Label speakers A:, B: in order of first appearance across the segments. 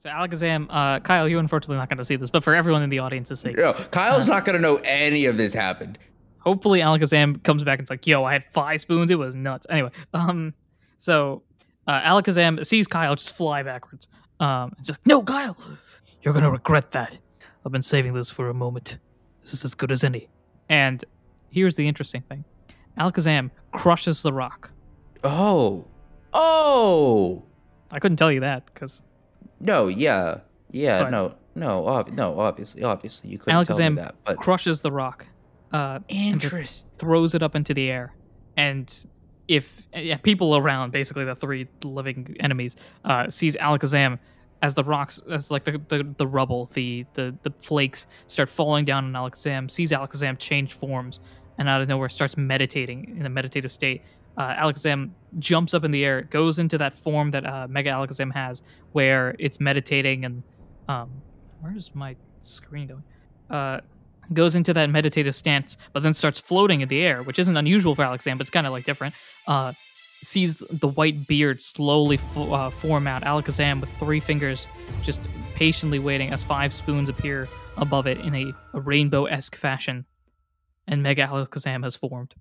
A: So Alakazam, uh, Kyle, you're unfortunately not going to see this, but for everyone in the audience's sake,
B: No, Kyle's not gonna know any of this happened.
A: hopefully Alakazam comes back and's like, "Yo, I had five spoons. It was nuts." Anyway, um, so uh, Alakazam sees Kyle just fly backwards. Um, it's like, "No, Kyle, you're gonna regret that. I've been saving this for a moment. This is as good as any." And here's the interesting thing: Alakazam crushes the rock.
B: Oh, oh,
A: I couldn't tell you that because
B: no, yeah, yeah,
A: But-
B: no, no, ob- no, obviously, obviously, you couldn't tell
A: Alakazam
B: me that, but
A: crushes the rock. Uh, and just
B: interest.
A: throws it up into the air and if yeah, people around basically the three living enemies uh, sees alakazam as the rocks as like the, the, the rubble the, the the flakes start falling down on alakazam sees alakazam change forms and out of nowhere starts meditating in a meditative state uh, alakazam jumps up in the air goes into that form that uh, mega alakazam has where it's meditating and um, where's my screen going uh, goes into that meditative stance, but then starts floating in the air, which isn't unusual for Alakazam, but it's kind of like different. Uh, sees the white beard slowly fo- uh, form out. Alakazam with three fingers just patiently waiting as five spoons appear above it in a, a rainbow esque fashion. And Mega Alakazam has formed.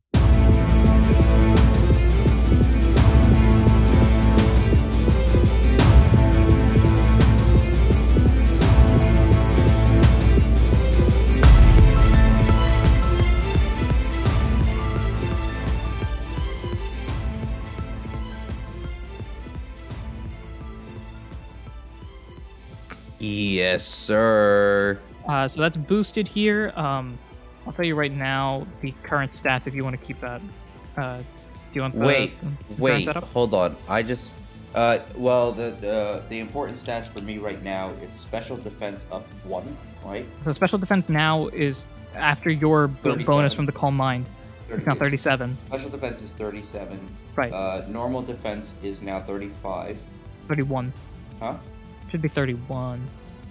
B: Yes, sir.
A: Uh, so that's boosted here. Um, I'll tell you right now the current stats if you want to keep that. Uh, do you want the
B: Wait,
A: the current
B: wait,
A: setup?
B: hold on. I just, uh, well, the the the important stats for me right now, it's special defense up one, right?
A: So special defense now is after your b-
B: 37.
A: bonus from the calm mind. It's now
B: 38.
A: 37.
B: Special defense is thirty-seven.
A: Right.
B: Uh, normal defense is now thirty-five.
A: 31.
B: Huh?
A: Should be 31.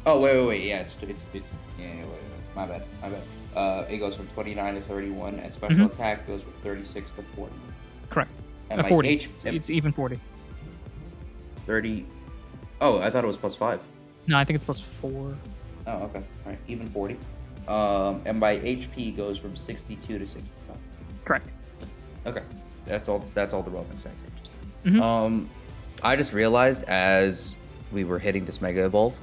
B: Oh wait, wait, wait. Yeah, it's it's, it's yeah. yeah, Wait, wait, my bad, my bad. Uh, it goes from twenty nine to thirty one, and special
A: Mhm.
B: attack goes from thirty six to forty.
A: Correct.
B: And
A: Uh,
B: my
A: 40.
B: H
A: So it's even 40.
B: thirty. Oh, I thought it was plus five.
A: No, I think it's plus 4.
B: Oh, okay. All right, even forty. Um, and my HP goes from sixty two to sixty five.
A: Correct.
B: Okay, that's all. That's all the relevant stats. here.
A: Mhm.
B: Um, I just realized as we were hitting this mega evolve.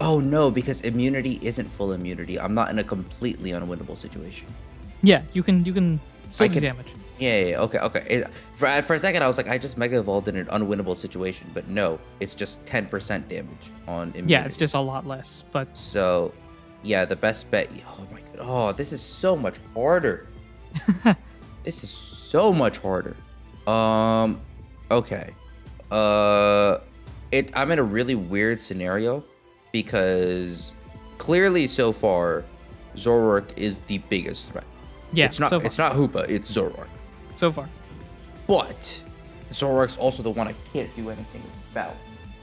B: Oh no, because immunity isn't full immunity. I'm not in a completely unwinnable situation.
A: Yeah, you can you can still
B: I
A: do
B: can-
A: damage.
B: Yeah, yeah, yeah, okay, okay. It, for, for a second, I was like, I just mega evolved in an unwinnable situation, but no, it's just 10% damage on immunity.
A: Yeah, it's just a lot less. But
B: So, yeah, the best bet. Oh my god. Oh, this is so much harder. this is so much harder. Um, okay. Uh, it. I'm in a really weird scenario because clearly, so far, Zorork is the biggest threat.
A: yeah,
B: it's not.
A: so, far,
B: It's not Hoopa. It's Zorork.
A: so far.
B: But Zorork's also the one I can't do anything about.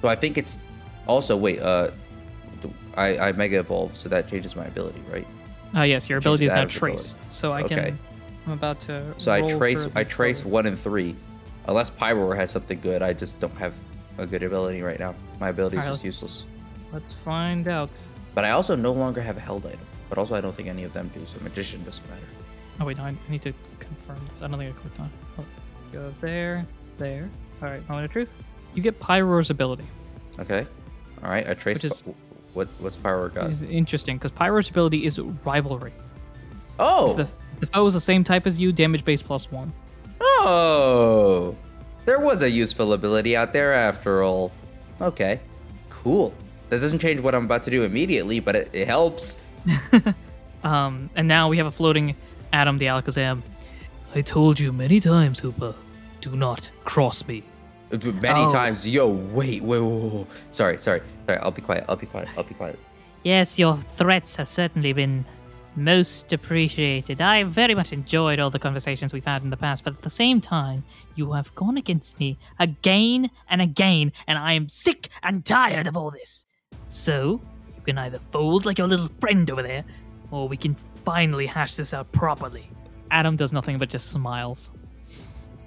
B: So I think it's also wait. Uh, th- I I mega evolve, so that changes my ability, right?
A: Uh, yes, your ability is now
B: out of the
A: trace. So I can.
B: Okay.
A: I'm about to.
B: So I
A: roll
B: trace
A: for the
B: I trace
A: bonus.
B: one and three, unless Pyroar has something good. I just don't have a good ability right now. My ability is
A: Alright,
B: just
A: let's-
B: useless.
A: Let's find out.
B: But I also no longer have a held item. But also I don't think any of them do. So magician doesn't matter.
A: Oh wait, no, I need to confirm this. I don't think I clicked on. it. Oh, go there, there. All right, moment of truth. You get Pyro's ability.
B: Okay. All right. I trace.
A: Which is-
B: what what's Pyroar got?
A: It's interesting because Pyro's ability is rivalry.
B: oh.
A: The, the foe is the same type as you, damage base plus one.
B: Oh, there was a useful ability out there after all. Okay, cool. That doesn't change what I'm about to do immediately, but it, it helps.
A: Um, and now we have a floating Adam the Alakazam. I told you many times, Hoopa, do not cross me.
B: B- Many
A: Oh.
B: times, yo, wait, wait, wait, wait, wait. Sorry, sorry, sorry. I'll be quiet. I'll be quiet. I'll be quiet.
C: Yes, your threats have certainly been most appreciated. I very much enjoyed all the conversations we've had in the past, but at the same time, you have gone against me again and again, and I am sick and tired of all this. So, you can either fold like your little friend over there, or we can finally hash this out properly.
A: Adam does nothing but just smiles.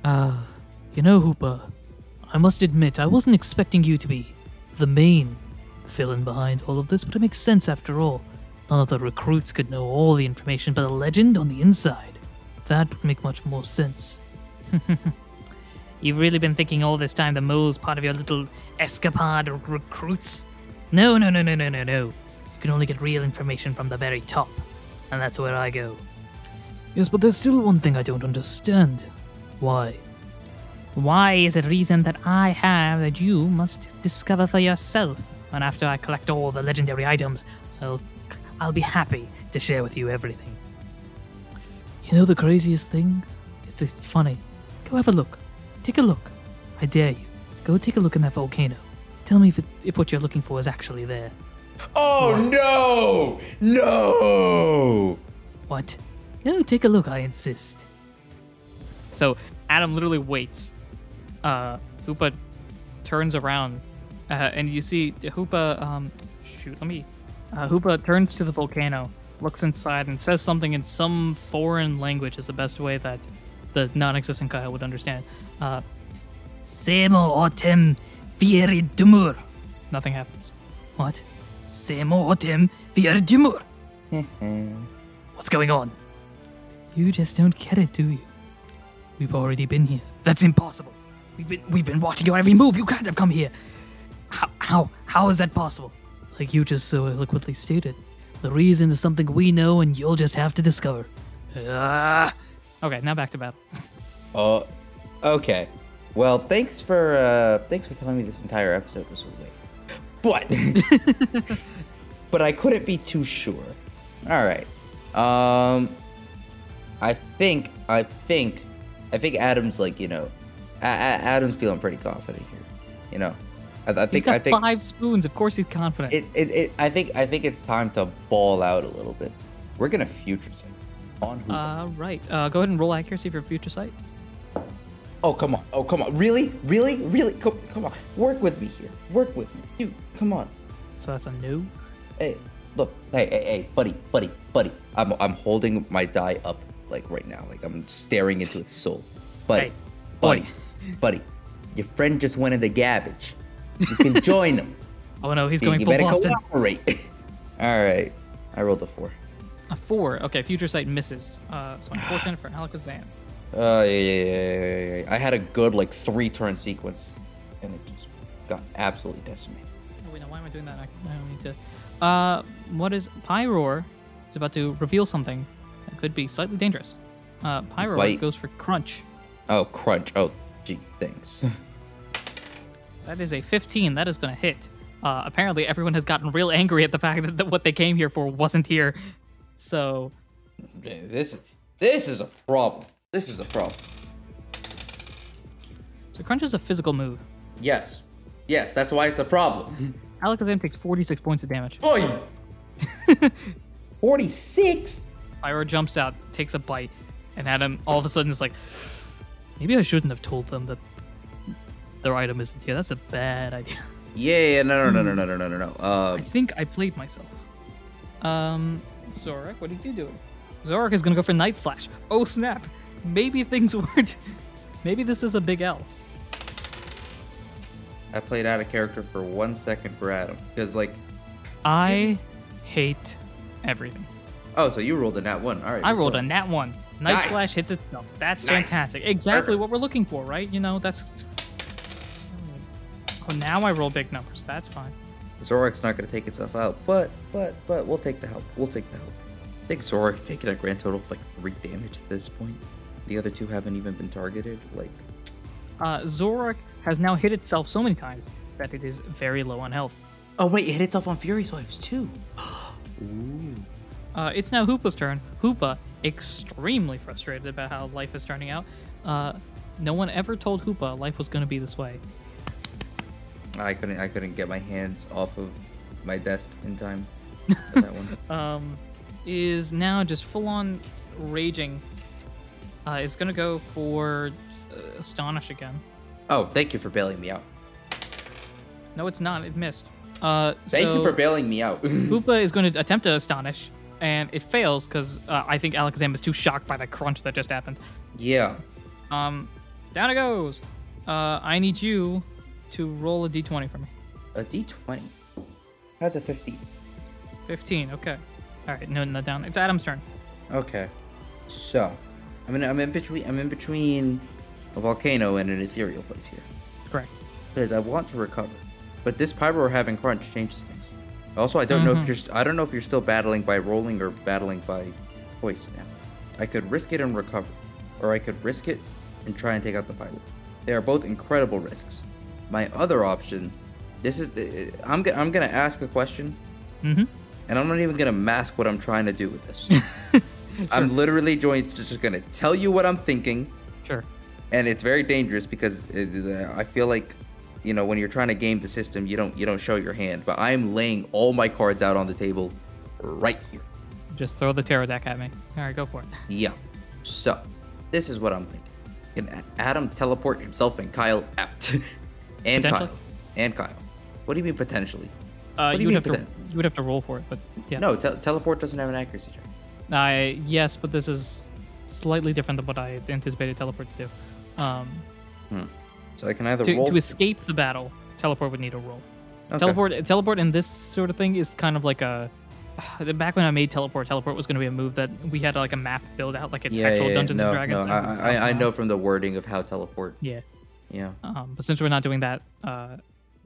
A: Ah, you know, Hoopa, I must admit I wasn't expecting you to be
C: The main villain behind all of this, but it makes sense after all. None of the recruits could know all the information, but a legend on the inside. That would make much more sense.
A: You've really been thinking all this time the mole's part of your little escapade of recruits? No, no, no, no, no, no, no.
C: You can only get real information from the very top, and that's where I go.
A: Yes, but there's still one thing I don't understand.
C: Why? Why is it reason that I have that you must discover for yourself? And after I collect all the legendary items, I'll, I'll be happy to share with you everything.
A: You know the craziest thing? It's, it's funny. Go have a look. Take a look. I dare you. Go take a look in that volcano. Tell me if, it, if what you're looking for is actually there.
B: Oh no, no!
A: What? No, take a look, I insist. So Adam literally waits. Uh, Hoopa turns around, uh, and you see Hoopa. Um, shoot, let me. Uh, Hoopa turns to the volcano, looks inside, and says something in some foreign language. Is the best way that the non-existent Kyle would understand. Uh,
C: Semo otem viridumur.
A: nothing happens.
C: What? Semo otem viridumur. What's going on?
A: You just don't get it, do you?
C: We've already been here. That's impossible. We've been we've been watching your every move. You can't have come here. How how how is that possible?
A: Like you just so eloquently stated, the reason is something we know, and you'll just have to discover.
C: Ah.
A: Okay, now back to battle.
B: Oh, okay. Well, thanks for uh, thanks for telling me this entire episode was a waste. But but I couldn't be too sure. All right. Um, I think I think I think Adam's like you know, A- A- Adam's feeling pretty confident here. You know, I, I
A: He's
B: think
A: got
B: I think
A: five spoons. Of course, he's confident.
B: it, it, it I think I think it's time to ball out a little bit. We're gonna future some on who?
A: All right. Uh, go ahead and roll accuracy for future sight.
B: Oh come on! Oh come on! Really? Really? Really? Come, come on! Work with me here. Work with me, dude. Come on.
A: So that's a no.
B: Hey, look. Hey, hey, hey, buddy, buddy, buddy. I'm I'm holding my die up like right now. Like I'm staring into its soul. Buddy,
A: Hey,
B: buddy, buddy. Your friend just went in the garbage. You can join them.
A: Oh no, he's
B: you
A: going
B: you
A: full
B: better
A: Boston.
B: cooperate. All right. I rolled a four.
A: A four. Okay, future sight misses. Uh, so unfortunate for Alakazam.
B: Uh, yeah, yeah, yeah, yeah, yeah, yeah. I had a good like three turn sequence, and it just got absolutely decimated.
A: Oh wait, now why am I doing that? I, I don't need to. Uh, what is Pyroar? Is about to reveal something that could be slightly dangerous. Uh, Pyroar
B: Bite.
A: goes for crunch.
B: Oh, crunch. Oh, gee, thanks.
A: That is a 15. That is going to hit. Uh, apparently, everyone has gotten real angry at the fact that, that what they came here for wasn't here. So
B: this this is a problem. This is a problem.
A: So crunch is a physical move.
B: Yes. Yes, that's why it's a problem.
A: Alakazam takes 46 points of damage.
B: Boy. 46.
A: Pyro jumps out, takes a bite, and Adam all of a sudden is like, maybe I shouldn't have told them that their item isn't here. That's a bad idea.
B: Yeah, yeah, no, no, no, no, no, no, no, no. Uh,
A: I think I played myself. Um, Zorak, what did you do? Zorak is gonna go for Night Slash. Oh snap! Maybe things weren't. Maybe this is a big L.
B: I played out of character for one second for Adam because, like,
A: I hate everything.
B: oh, so you rolled a nat one. All right.
A: I rolled a nat one. Night
B: Nice.
A: slash hits itself. That's
B: Nice.
A: fantastic. Exactly
B: Perfect.
A: what we're looking for, right? You know, that's. Oh, now I roll big numbers. That's fine.
B: Zorak's not gonna take itself out, but, but, but we'll take the help. We'll take the help. I think Zorak's taken a grand total of like three damage at this point. The other two haven't even been targeted. Like,
A: Uh, Zorak has now hit itself so many times that it is very low on health.
B: Oh wait, it hit itself on Fury, so it was two. Ooh.
A: Uh, it's now Hoopa's turn. Hoopa, extremely frustrated about how life is turning out. Uh, no one ever told Hoopa life was going to be this way.
B: I couldn't. I couldn't get my hands off of my desk in time. for that one.
A: Um, is now just full on raging. Uh, is going to go for uh, Astonish again.
B: Oh, thank you for bailing me out.
A: No, it's not. It missed. Uh,
B: Thank you
A: so-
B: for bailing me out.
A: Hoopa is going to attempt to astonish, and it fails because uh, I think Alakazam is too shocked by the crunch that just happened.
B: yeah.
A: Um, down it goes. Uh, I need you to roll a d20 for me.
B: A D twenty. How's a fifty?
A: 15. Okay. All right. No, no, down. It's Adam's turn.
B: Okay. So, I'm in. I'm in between. I'm in between a volcano and an ethereal place here
A: Correct.
B: because I want to recover, but this pyro we're having crunch changes things. Also, I don't know if you're. St- I don't know if you're still battling by rolling or battling by voice now. I could risk it and recover, or I could risk it and try and take out the pyro. They are both incredible risks. My other option, this is. the- I'm. go- I'm gonna ask a question
A: Mm-hmm.
B: and I'm not even gonna mask what I'm trying to do with this. I'm literally join- just gonna tell you what I'm thinking,
A: Sure.
B: and it's very dangerous because it, I feel like, you know, when you're trying to game the system, you don't you don't show your hand. But I'm laying all my cards out on the table, right here.
A: Just throw the tarot deck at me. All right, go for it.
B: Yeah. So, this is what I'm thinking. Can A- Adam teleport himself and Kyle out? and
A: Potentially?
B: Kyle. And Kyle. What do you mean potentially?
A: Uh,
B: What do
A: would
B: you mean
A: have to.
B: pretend?
A: You would have to roll for it, but yeah.
B: No, te- teleport doesn't have an accuracy check.
A: I yes, but this is slightly different than what I anticipated teleport to do. Um,
B: So I can either
A: to,
B: roll.
A: to escape the battle, teleport would need a roll.
B: Okay.
A: Teleport, teleport, in this sort of thing is kind of like a. Back when I made teleport, teleport was going to be a move that we had like a map build out, like it's actual Dungeons
B: no,
A: and Dragons.
B: No,
A: and
B: I, I, I
A: House
B: know
A: of
B: from the wording of how teleport.
A: Yeah.
B: Yeah.
A: Mouse. Um, but since we're not doing that, uh,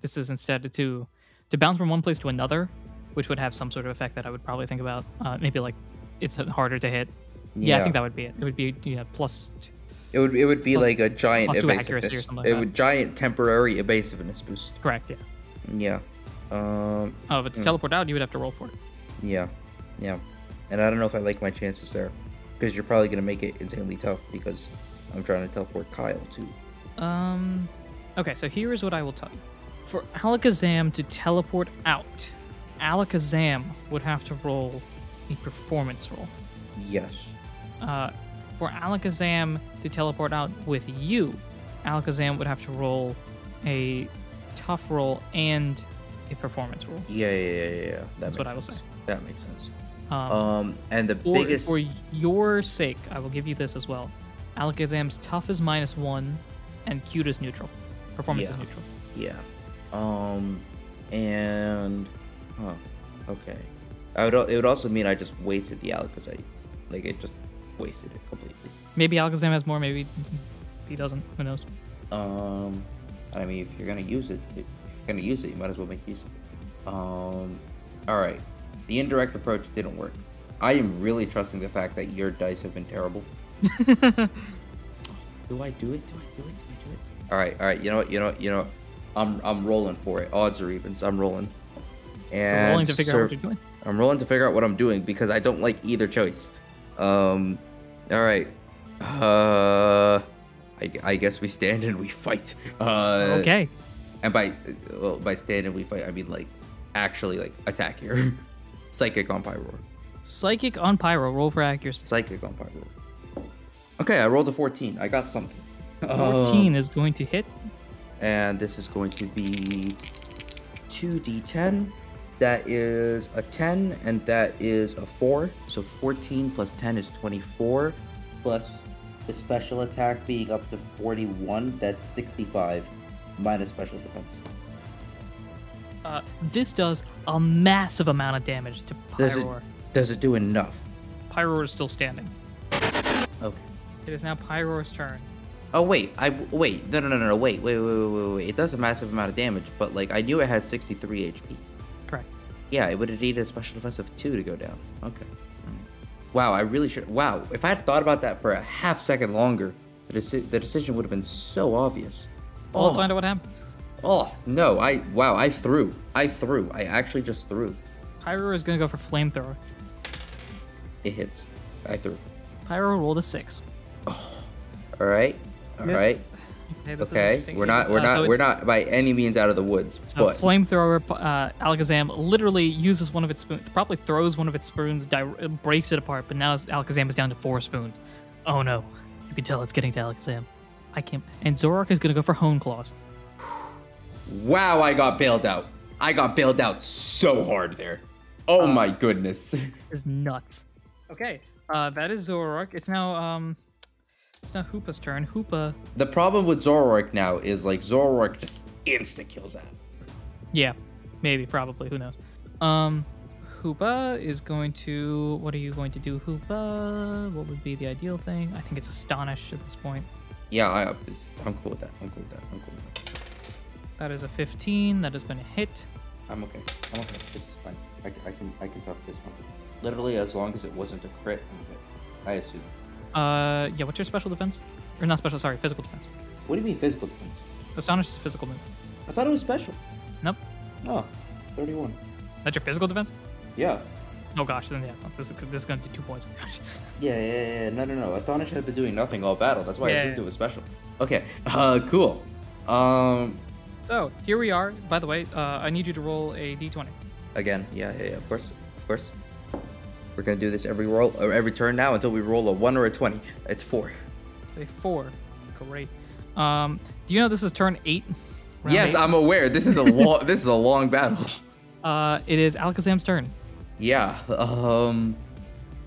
A: this is instead to to bounce from one place to another, which would have some sort of effect that I would probably think about. Uh, maybe like it's harder to hit. Yeah, I think that would be it. It would be you know plus. Two.
B: it would it would be
A: plus-
B: like a giant
A: plus two accuracy or
B: evasiveness.
A: something like
B: it
A: that.
B: would giant temporary evasiveness boost.
A: Correct. Yeah.
B: Yeah. Um.
A: Oh, but to
B: Hmm.
A: teleport out, you would have to roll for it.
B: Yeah. Yeah. And I don't know if I like my chances there, because you're probably gonna make it insanely tough because I'm trying to teleport Kyle too.
A: Um, okay, so here is what I will tell you. For Alakazam to teleport out, Alakazam would have to roll a performance roll.
B: Yes.
A: Uh, for Alakazam to teleport out with you, Alakazam would have to roll a tough roll and a performance roll.
B: Yeah. Yeah. Yeah. yeah, yeah. That
A: That's
B: makes
A: what I will
B: sense.
A: say.
B: That makes sense.
A: Um,
B: Um. And the
A: for,
B: biggest.
A: for your sake, I will give you this as well. Alakazam's tough is minus one, and cute is neutral. Performance is
B: Yeah.
A: neutral.
B: Yeah. Um, and huh. Okay. I would. al- It would also mean I just wasted the Alakazam. Like it just wasted it completely.
A: Maybe Alakazam has more. Maybe he doesn't. Who knows?
B: Um, I mean, if you're gonna use it, if you're gonna use it, you might as well make use of it. Um, all right. The indirect approach didn't work. I am really trusting the fact that your dice have been terrible. do I do it? Do I do it? Do I do it? All right, all right. You know what? You know what? You know, what? I'm I'm rolling for it. Odds or evens, I'm rolling. And
A: rolling to figure out what
B: sur-
A: you're doing.
B: I'm rolling to figure out what I'm doing because I don't like either choice. Um, all right. Uh, I, I guess we stand and we fight. Uh,
A: okay.
B: And by well, by stand and we fight, I mean like actually like attack here. Psychic on Pyroar.
A: Psychic on Pyro. Roll for accuracy.
B: Psychic on Pyroar. Okay, I rolled a 14. I got something. Um,
A: 14 is going to hit.
B: and this is going to be 2d10 that is a 10 and that is a 4 so 14 plus 10 is 24 plus the special attack being up to 41 that's 65 minus special defense
A: Uh, this does a massive amount of damage to
B: does it
A: Pyroar.
B: does it do enough
A: Pyroar is still standing.
B: okay
A: It is now Pyroar's turn.
B: oh wait i wait no no no no no, wait wait wait wait wait, wait. it does a massive amount of damage but like i knew it had 63 hp
A: Correct.
B: Oh. Yeah, it would have needed a special defense of two to go down. Okay. Wow, I really should. Wow, if I had thought about that for a half second longer, the, deci- the decision would have been so obvious.
A: Well, let's
B: oh,
A: find out what happens.
B: Oh no! I wow! I threw. I threw. I actually just threw.
A: Pyro is gonna go for flamethrower.
B: It hits. I threw.
A: Pyro rolled a six.
B: All right. All
A: This-
B: right.
A: Okay, this is
B: Okay.
A: interesting.
B: We're
A: It
B: not.
A: is-
B: We're
A: uh, so
B: not.
A: it's-
B: We're not by any means out of the woods.
A: So
B: But
A: flamethrower uh, Alakazam literally uses one of its spoons, probably throws one of its spoons, di- breaks it apart. But now Alakazam is down to four spoons. Oh no, you can tell it's getting to Alakazam. I can't. And Zorark is gonna go for Hone Claws.
B: wow! I got bailed out. I got bailed out so hard there.
A: Uh,
B: Oh my goodness.
A: This is nuts. Okay, uh, that is Zorark. It's now um, it's now Hoopa's turn. Hoopa,
B: the problem with Zoroark now is like Zoroark just insta kills out.
A: yeah, maybe, probably, who knows? Um, Hoopa is going to. What are you going to do, Hoopa? What would be the ideal thing? I think it's astonish at this point.
B: Yeah, I, I'm cool with that. I'm cool with that. I'm cool with that.
A: That is a 15. That is going to hit.
B: I'm okay. I'm okay. This is fine. I, c- I can I can tough this one. Literally, as long as it wasn't a crit, I'm good. I assume.
A: Uh, yeah. What's your special defense? Or not special? Sorry, physical defense.
B: What do you mean physical defense?
A: Astonish is physical move.
B: I thought it was special.
A: Nope.
B: Oh, 31.
A: That's your physical defense.
B: Yeah.
A: oh, gosh, then yeah. This is this is going to do two points.
B: Yeah, yeah, yeah, yeah. No, no, no. Astonish had been doing nothing all battle. That's why I
A: Yeah,
B: assumed
A: yeah.
B: it was special. Okay. Uh, cool. Um,
A: so here we are. By the way, uh, I need you to roll a d20.
B: again. Yeah, yeah, yeah. Of course, of course. We're gonna do this every roll or every turn now until we roll a one or a twenty. It's four.
A: Say four. Great. Um, do you know this is turn eight? Round
B: yes,
A: eight?
B: I'm aware. This is a long. this is a long battle.
A: Uh, it is Alakazam's turn.
B: Yeah. Um.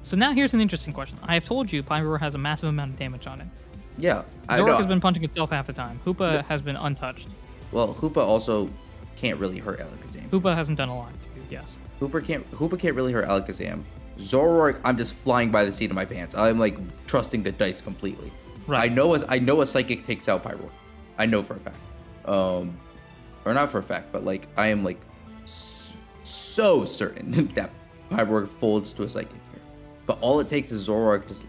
A: So now here's an interesting question. I have told you Pyro has a massive amount of damage on it.
B: Yeah. I know.
A: Zorark has been punching itself half the time. Hoopa has been untouched.
B: Well, Hoopa also can't really hurt Alakazam.
A: Hoopa hasn't done a lot. to you, Yes.
B: Hooper can't. Hoopa can't really hurt Alakazam. Zoroark, I'm just flying by the seat of my pants. I'm like trusting the dice completely.
A: Right.
B: I know as I know a psychic takes out Pyro. I know for a fact. Um, or not for a fact, but like I am like s- so certain that Pyro folds to a psychic here. But all it takes is Zoroark. Just,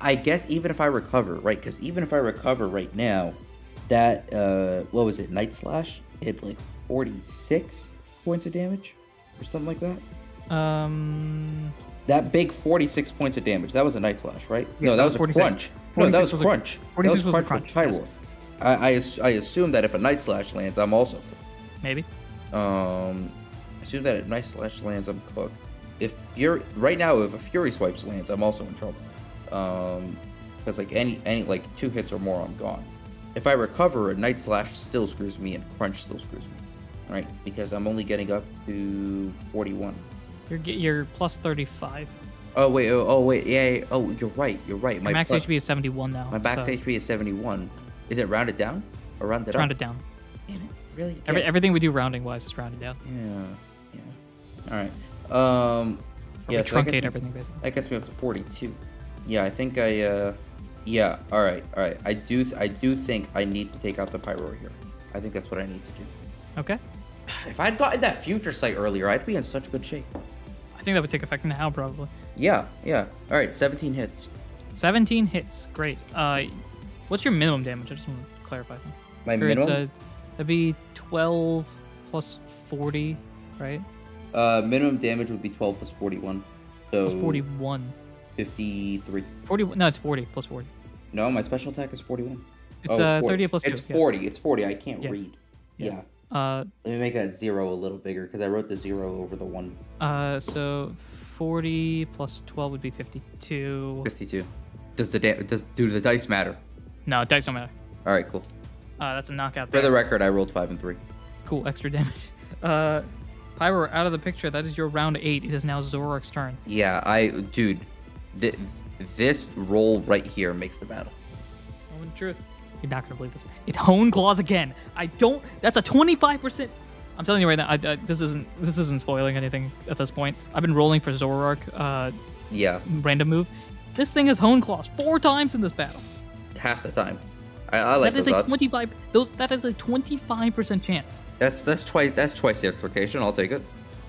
B: I guess even if I recover, right? Because even if I recover right now, that uh, what was it? Night Slash hit like 46 points of damage or something like that.
A: Um,
B: That big 46 points of damage. That was a night slash, right?
A: Yeah,
B: no, that,
A: that
B: was,
A: was 46.
B: crunch. No, that
A: 46
B: was,
A: was a-
B: crunch.
A: 46 was
B: that
A: a
B: was crunch.
A: crunch, yes.
B: for Pyro. I, I, ass- I assume that if a night slash lands, I'm also. cooked.
A: maybe.
B: Um, I assume that if night slash lands, I'm cooked. If you're right now, if a fury swipes lands, I'm also in trouble. Um, because like any any like two hits or more, I'm gone. If I recover, a night slash still screws me, and crunch still screws me, right? Because I'm only getting up to 41.
A: You're ge- you're plus 35.
B: Oh wait! Oh, oh wait! Yeah, yeah, Oh, you're right. You're right.
A: Your max
B: pla-
A: HP is 71 now.
B: My max
A: so
B: HP is seventy-one. Is it rounded down or rounded
A: it's
B: up?
A: rounded down.
B: Damn it, Really?
A: Every,
B: yeah.
A: everything we do rounding wise is rounded down.
B: yeah. Yeah. All right. Um.
A: Yeah,
B: Yeah.
A: we
B: so that gets
A: truncate
B: me-
A: everything basically.
B: That gets me up to forty-two. Yeah, I think I. uh Yeah. All right. All right. I do. Th- I do think I need to take out the pyro here. I think that's what I need to do.
A: Okay.
B: If I'd gotten that future sight earlier, I'd be in such good shape.
A: I think that would take effect now probably.
B: Yeah. Yeah. All right. Seventeen hits.
A: 17 hits. Great. Uh, what's your minimum damage? I just want to clarify. That.
B: My
A: Or it's
B: minimum.
A: a, that'd be 12 plus 40, right?
B: Uh, minimum damage would be 12 plus 41. So
A: Plus 41.
B: 53.
A: 40. No, it's 40 plus 40.
B: No, my special attack is 41.
A: It's,
B: Oh,
A: uh,
B: 40.
A: 38 plus 2.
B: It's
A: yeah.
B: 40. It's 40. I can't
A: Yeah.
B: read. Yeah.
A: Yeah. Uh,
B: Let me make that zero a little bigger because I wrote the zero over the one.
A: uh, so 40 plus 12 would be 52.
B: 52. Does the da- does do the dice matter?
A: No, dice don't matter.
B: All right, cool.
A: Uh, that's a knockout
B: For
A: there.
B: the record, I rolled five and three.
A: cool, extra damage. Uh, Pyro out of the picture. That is your round eight. It is now Zoror's turn.
B: Yeah, I dude, th- this roll right here makes the battle.
A: Oh, in truth. You're not gonna believe this. It hone claws again. I don't. That's a 25%. I'm telling you right now. I, I, this isn't. This isn't spoiling anything at this point. I've been rolling for Zoroark. Uh,
B: Yeah,
A: random move. This thing has hone claws four times in this battle.
B: half the time. I, I like
A: that is
B: those
A: a
B: odds.
A: 25. Those. That is a 25% chance.
B: That's that's twice that's twice the expectation. I'll take it.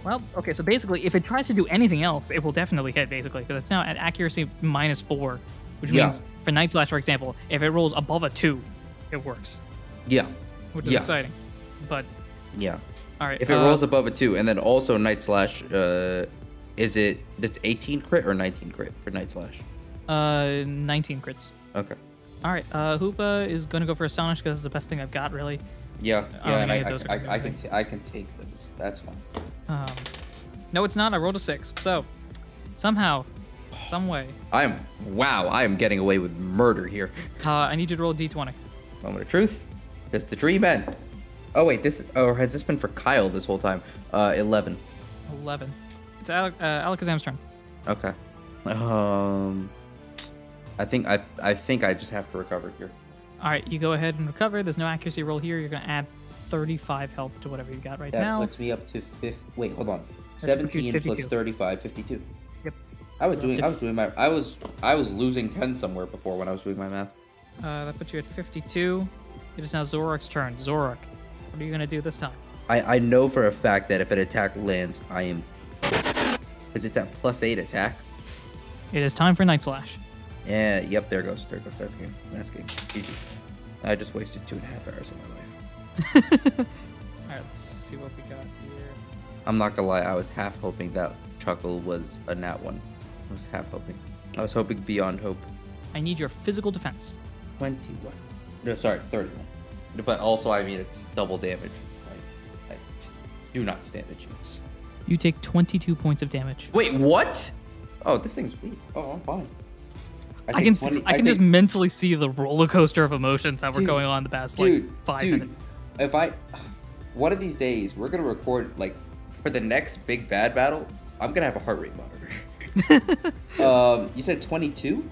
A: Well, okay. So basically, if it tries to do anything else, it will definitely hit. Basically, because it's now at accuracy minus four, which
B: Yeah.
A: means for Night Slash, for example, if it rolls above a two, it works,
B: Yeah.
A: which is
B: Yeah.
A: exciting. But
B: Yeah.
A: all right,
B: If it
A: uh,
B: rolls above a two, and then also Night Slash, uh, is it that's 18 crit or 19 crit for Night Slash?
A: uh, 19 crits.
B: Okay.
A: All right, uh, Hoopa is gonna go for astonish because it's the best thing I've got, really.
B: Yeah,
A: I
B: yeah,
A: don't
B: and
A: need
B: I,
A: those
B: I,
A: crits,
B: I, I can
A: okay.
B: t- I can take those. That's fine.
A: Um, no, it's not. I rolled a six. So somehow, some way,
B: I am wow. I am getting away with murder here.
A: uh, I need you to roll d d20.
B: Moment of truth. Does the dream end? Oh wait, this or has this been for Kyle this whole time? Uh, eleven.
A: 11. It's Alec, uh, Alakazam's turn.
B: Okay. Um, I think I I think I just have to recover here.
A: All right, you go ahead and recover. There's no accuracy roll here. You're gonna add 35 health to whatever you got right
B: That
A: now.
B: puts me up to fifth. Wait, hold on.
A: That puts you at
B: Seventeen plus
A: 52.
B: 35, 52.
A: Yep.
B: I was doing I
A: Dif-
B: was doing my I was I was losing ten somewhere before when I was doing my math.
A: Uh, that puts you at 52. It is now Zorak's turn. Zorak, what are you gonna do this time?
B: I, I know for a fact that if an attack lands, I am. Because it's that plus eight attack.
A: It is time for Night Slash.
B: Yeah, yep, there goes. There goes. That's game. That's game. GG. I just wasted two and a half hours of my life.
A: All right, let's see what we got here.
B: I'm not gonna lie, I was half hoping that Chuckle was a nat one. I was half hoping. I was hoping beyond hope.
A: I need your physical defense.
B: 21. No, sorry, 31. But also, I mean, it's double damage. I, I do not stand a chance.
A: You take 22 points of damage.
B: Wait, what? Oh, this thing's weak. Oh, I'm fine.
A: I,
B: take
A: can s
B: 20
A: I can just
B: take-
A: mentally see the roller coaster of emotions that were
B: Dude,
A: going on the past
B: dude,
A: like five
B: dude,
A: minutes.
B: If I, one of these days, we're gonna record like for the next big bad battle. I'm gonna have a heart rate monitor. um, you said 22,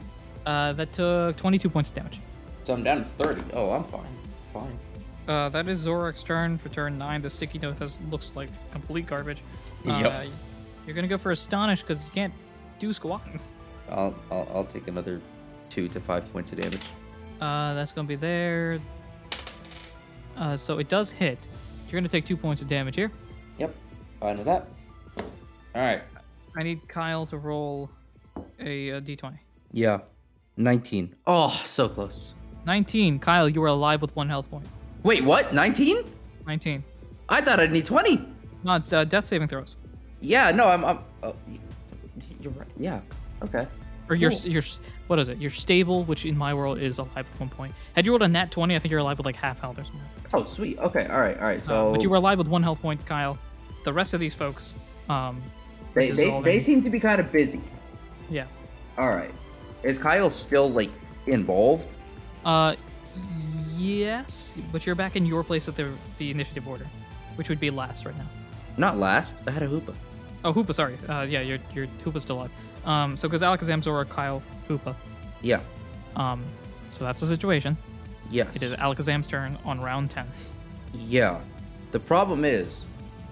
A: Uh, that took 22 points of damage.
B: so I'm down to 30. Oh, I'm fine. Fine.
A: Uh, that is Zorak's turn for turn nine. The sticky note has looks like complete garbage. Uh,
B: Yep.
A: You're gonna go for astonish because you can't do squat.
B: I'll, I'll I'll take another two to five points of damage.
A: Uh, that's gonna be there. Uh, so it does hit. You're gonna take two points of damage here.
B: Yep. Fine with that. All right.
A: I need Kyle to roll a, uh d d20.
B: Yeah. 19. Oh, so close.
A: 19. Kyle, you are alive with one health point.
B: Wait, what? 19?
A: 19.
B: I thought I'd need 20.
A: No, it's uh, death saving throws.
B: Yeah. No, I'm. I'm oh, y- you're right. Yeah. Okay.
A: Or your
B: Cool.
A: your what is it? Your stable, which in my world is alive with one point. Had you rolled a nat twenty, I think you're alive with like half health or something.
B: Oh, sweet. Okay. All right. All right. So,
A: Uh, but you were alive with one health point, Kyle. The rest of these folks, um,
B: they, they,
A: dissolving.
B: they seem to be kind of busy.
A: yeah.
B: All right. Is Kyle still like involved?
A: Uh, yes, but you're back in your place at the the initiative order, which would be last right now.
B: Not last. I had a hoopa.
A: Oh, Hoopa, sorry. Uh, yeah, your your Hoopa's still alive. Um, so because Alakazam, Zora, Kyle, Hoopa.
B: Yeah.
A: Um, so that's the situation.
B: Yes.
A: It is Alakazam's turn on round ten.
B: Yeah. The problem is,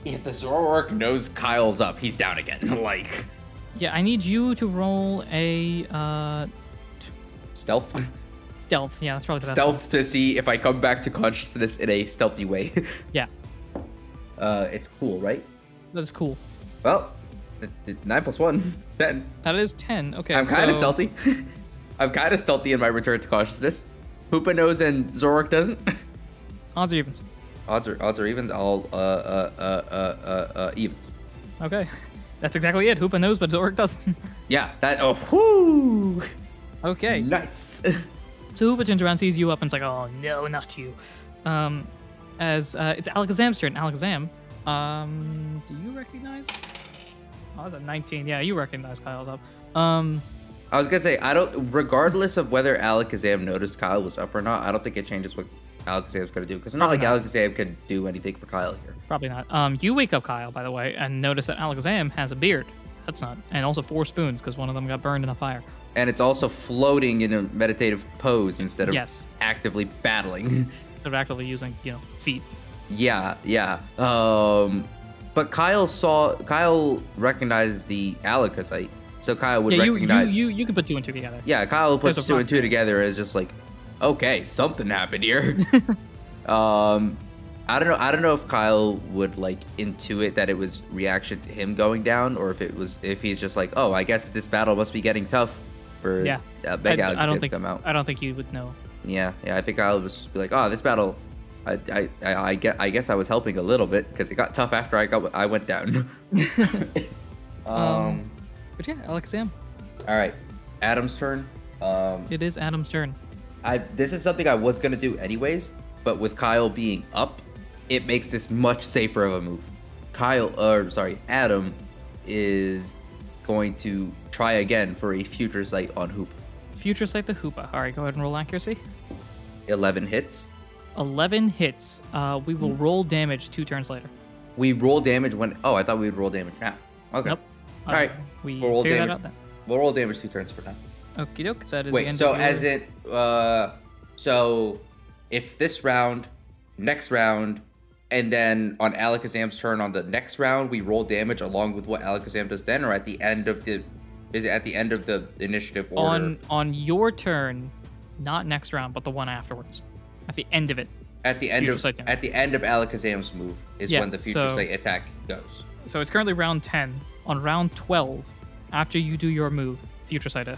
B: if the Zoroark knows Kyle's up, he's down again. like
A: Yeah, I need you to roll a uh
B: stealth,
A: stealth. Yeah, that's probably the best. one.
B: stealth to see if I come back to consciousness in a stealthy way.
A: Yeah,
B: uh, it's cool, right?
A: that's cool.
B: Well, th- th- nine plus one, ten.
A: That is ten. Okay,
B: I'm kind of
A: so-
B: stealthy. I'm kind of stealthy in my return to consciousness. Hoopa knows and Zorak doesn't.
A: Odds or evens.
B: odds are odds are evens. I'll uh uh uh uh uh, uh evens.
A: Okay, that's exactly it. Hoopa knows, but Zork doesn't.
B: Yeah, that oh whoo,
A: okay,
B: Mm. nice.
A: so Hoopa turns around, sees you up, and's like, "Oh no, not you." Um, as uh, it's Alakazam's turn. Alakazam, um, do you recognize? Oh, that's a 19. Yeah, you recognize Kyle's up. Um,
B: I was gonna say I don't. Regardless of whether Alakazam noticed Kyle was up or not, I don't think it changes what Alakazam's gonna do because not like Alakazam could do anything for Kyle here.
A: probably not. Um, you wake up, Kyle, by the way, and notice that Alakazam has a beard. That's not, and also four spoons because one of them got burned in the fire.
B: And it's also floating in a meditative pose instead of
A: Yes.
B: actively battling.
A: They're actively using, you know, feet.
B: yeah, yeah. Um, but Kyle saw Kyle recognized the Alakazite, so Kyle would
A: Yeah, you, you,
B: recognize.
A: you, you can put two and two together.
B: yeah, Kyle puts
A: There's a
B: two and two
A: front-
B: together as just like, okay, something happened here. um, I don't know. I don't know if Kyle would like intuit that it was reaction to him going down, or if it was if he's just like, oh, I guess this battle must be getting tough for
A: Yeah.
B: uh, Big
A: I, I
B: Alex
A: don't
B: to
A: think
B: come out.
A: I don't think you would know.
B: yeah, yeah. I think Kyle was just be like, oh, this battle I, I, I, I, guess, I guess I was helping a little bit because it got tough after I got I went down. um,
A: But yeah, Alexam,
B: all right, Adam's turn. Um,
A: it is Adam's turn.
B: I this is something I was gonna do anyways, but with Kyle being up, it makes this much safer of a move. Kyle, or sorry, Adam, is going to try again for a future sight on hoop.
A: Future Sight the Hoopa. All right, go ahead and roll accuracy.
B: Eleven hits.
A: 11 hits. Uh, we will roll damage two turns later.
B: We roll damage when. Oh, I thought we'd roll damage now. Okay.
A: Nope. Uh,
B: All right.
A: We
B: We'll roll
A: figure that
B: damage.
A: out then.
B: We'll roll damage two turns for now.
A: Okie doke. That is the
B: Wait.
A: end
B: So
A: of your-
B: as it, uh, so it's this round, next round, and then on Alakazam's turn on the next round, we roll damage along with what Alakazam does then, or at the end of the, is it at the end of the initiative order?
A: on on your turn, not next round, but the one afterwards, at the end of it.
B: at the end
A: future
B: of
A: sight damage.
B: at the end of Alakazam's move is
A: Yeah,
B: when the future
A: so-
B: sight attack goes.
A: So it's currently round 10. On round 12, after you do your move, Future Sight uh,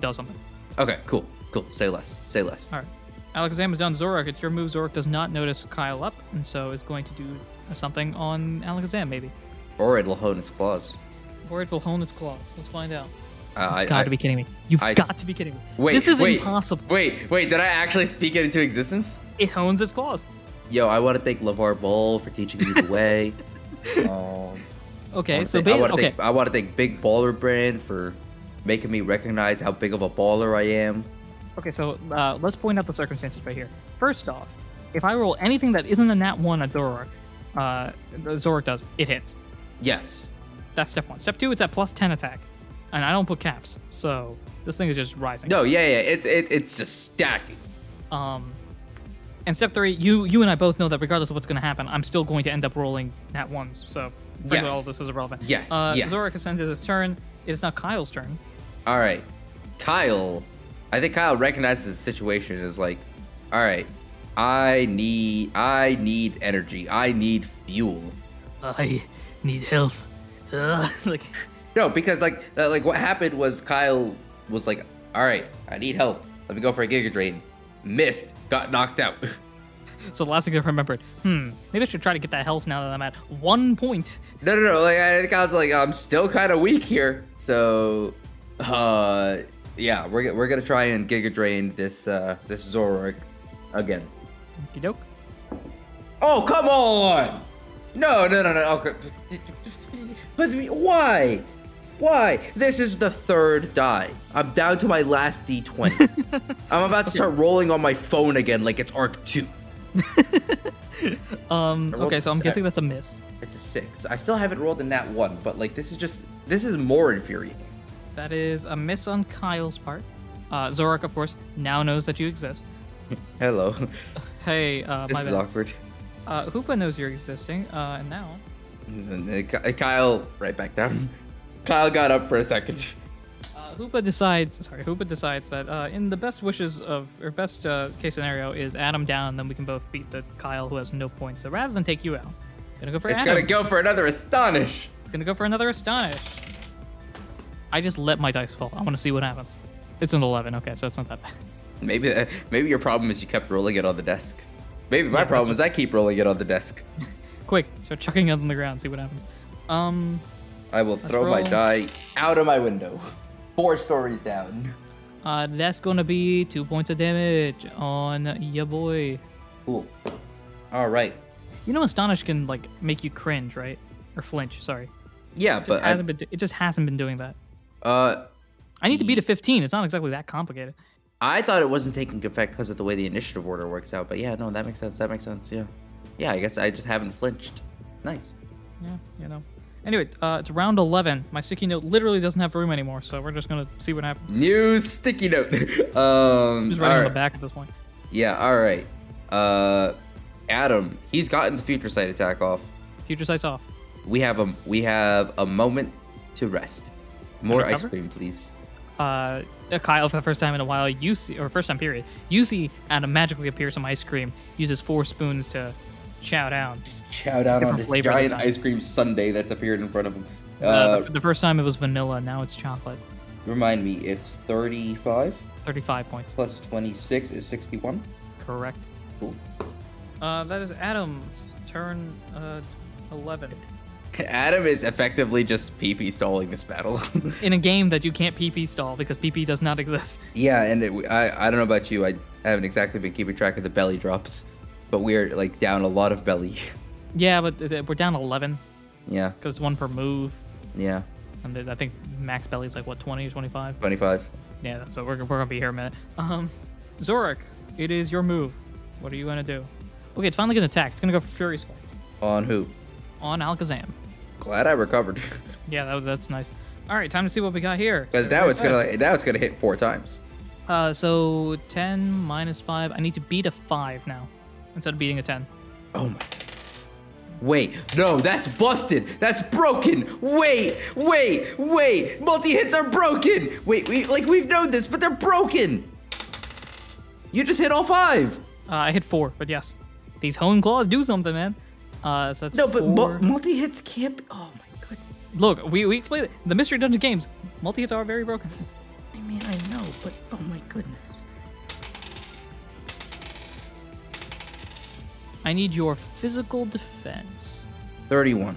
A: does something.
B: Okay. Cool. Cool. Say less. Say less.
A: All right. Alakazam is done. Zorak, it's your move. Zorak does not notice Kyle up, and so is going to do something on Alakazam, maybe.
B: Or it'll hone its claws.
A: Or it will hone its claws. Let's find out.
B: Uh, I,
A: You've got
B: I-
A: to be kidding me. You've
B: I-
A: got to be kidding me.
B: Wait,
A: this is
B: wait.
A: impossible.
B: Wait, wait, did I actually speak it into existence?
A: It hones its claws.
B: Yo, I want to thank LeVar Ball for teaching me the way. um,
A: Okay, so
B: I uh,
A: ba-
B: want to
A: okay.
B: thank, I want to thank Big Baller Brand for making me recognize how big of a baller I am.
A: Okay, so uh, let's point out the circumstances right here. First off, if I roll anything that isn't a nat one at Zorak, uh, Zorak does it hits.
B: Yes.
A: That's step one. Step two, it's at plus ten attack, and I don't put caps, so this thing is just rising.
B: No, yeah, yeah, it's it, it's just stacking.
A: Um, and step three, you you and I both know that regardless of what's going to happen, I'm still going to end up rolling nat ones. So frankly,
B: Yes.
A: all of this is irrelevant.
B: Yes,
A: Uh,
B: yes.
A: Zorak ascends his turn. It is now Kyle's turn.
B: All right, Kyle. I think Kyle recognizes the situation and is like, all right, I need I need energy. I need fuel.
C: I need help. Ugh, like,
B: No, because like uh, like what happened was Kyle was like, "All right, I need help. Let me go for a Giga Drain." Missed, got knocked out.
A: So the last thing I remembered, hmm, maybe I should try to get that health now that I'm at one point.
B: no, no, no. Like I, Kyle's like, "I'm still kind of weak here." So, uh, yeah, we're go- we're gonna try and Giga Drain this uh this Zoroark again.
A: Okie doke.
B: Oh come on! No, no, no, no. Okay. But why? Why? This is the third die. I'm down to my last d20. I'm about to start rolling on my phone again like it's arc 2.
A: Um,
B: I rolled
A: okay, so I'm
B: sec-
A: guessing that's a miss.
B: It's a 6. I still haven't rolled a nat 1, but like this is just this is more infuriating.
A: That is a miss on Kyle's part. Uh, Zorak, of course, now knows that you exist.
B: Hello.
A: Hey, uh,
B: This
A: my
B: is
A: Oh, bad.
B: awkward.
A: Uh, Hoopa knows you're existing, uh, and now.
B: And then Ky- Kyle right back down. Kyle got up for a second.
A: Uh, Hoopa decides, sorry, Hoopa decides that uh, in the best wishes of, or best uh, case scenario is Adam down, then we can both beat the Kyle who has no points. So rather than take you out, gonna go for
B: It's
A: Adam.
B: gonna go for another astonish.
A: Gonna go for another astonish. I just let my dice fall. I want to see what happens. It's an 11. Okay, so it's not that bad.
B: Maybe uh, maybe your problem is you kept rolling it on the desk. Maybe my problem is I keep rolling it on the desk.
A: Quick, start chucking it on the ground. See what happens. Um,
B: I will throw my
A: roll.
B: die out of my window. Four stories down.
A: uh, that's gonna be two points of damage on ya boy.
B: Cool. All right.
A: You know, astonish can like make you cringe, right? Or flinch. Sorry,
B: Yeah,
A: it just
B: but Uh, I,
A: hasn't been. It just hasn't been doing that.
B: uh,
A: I need to beat a 15. It's not exactly that complicated.
B: I thought it wasn't taking effect because of the way the initiative order works out. But yeah, no, that makes sense. That makes sense. Yeah. Yeah, I guess I just haven't flinched. Nice.
A: Yeah, you know. Anyway, uh, it's round 11. My sticky note literally doesn't have room anymore, so we're just gonna see what happens.
B: New sticky note. um.
A: Just
B: all
A: writing on the
B: right.
A: back at this point.
B: Yeah. All right. Uh, Adam, he's gotten the future sight attack off.
A: Future sights off.
B: We have a we have a moment to rest. More ice
A: Undercover?
B: cream, please.
A: uh, Kyle for the first time in a while, you see, or first time period, you see Adam magically appear some ice cream, uses four spoons to chow down. Uh,
B: Chow down on
A: Different
B: this
A: flavor this
B: giant
A: time.
B: ice cream sundae that's appeared in front of him. Uh,
A: Uh, the, the first time it was vanilla, now it's chocolate.
B: remind me, it's 35
A: 35 points,
B: plus 26 is 61.
A: correct.
B: Cool.
A: Uh, that is Adam's turn. Uh, eleven.
B: Adam is effectively just PP stalling this battle.
A: In a game that you can't PP stall because PP does not exist.
B: yeah, and it, I I don't know about you. I haven't exactly been keeping track of the belly drops, but we're like down a lot of belly.
A: Yeah, but th- th- we're down eleven
B: yeah,
A: because one per move,
B: yeah,
A: and th- I think max belly's like what twenty or twenty-five.
B: twenty five.
A: Yeah, so we're, we're gonna be here a minute. Um, Zorak, it is your move. What are you gonna do? Okay, it's finally gonna attack. It's gonna go for Fury Sword
B: On who?
A: on Alakazam.
B: Glad I recovered.
A: Yeah, that, that's nice. All right, time to see what we got here.
B: Because
A: So
B: now
A: very
B: it's gonna
A: fast.
B: now it's gonna hit four times.
A: Uh, so ten minus five. I need to beat a five now instead of beating a ten.
B: Oh my. Wait, no, that's busted. That's broken. Wait, wait, wait. Multi hits are broken. Wait, we like we've known this, but they're broken. You just hit all five.
A: Uh, I hit four, but yes, these hone claws do something, man. Uh, so that's
B: No, but
A: four.
B: multi hits can't. Be, oh my god.
A: look, we, we explained it. the mystery dungeon games. Multi hits are very broken.
B: I mean, I know, but oh my goodness.
A: I need your physical defense.
B: Thirty-one.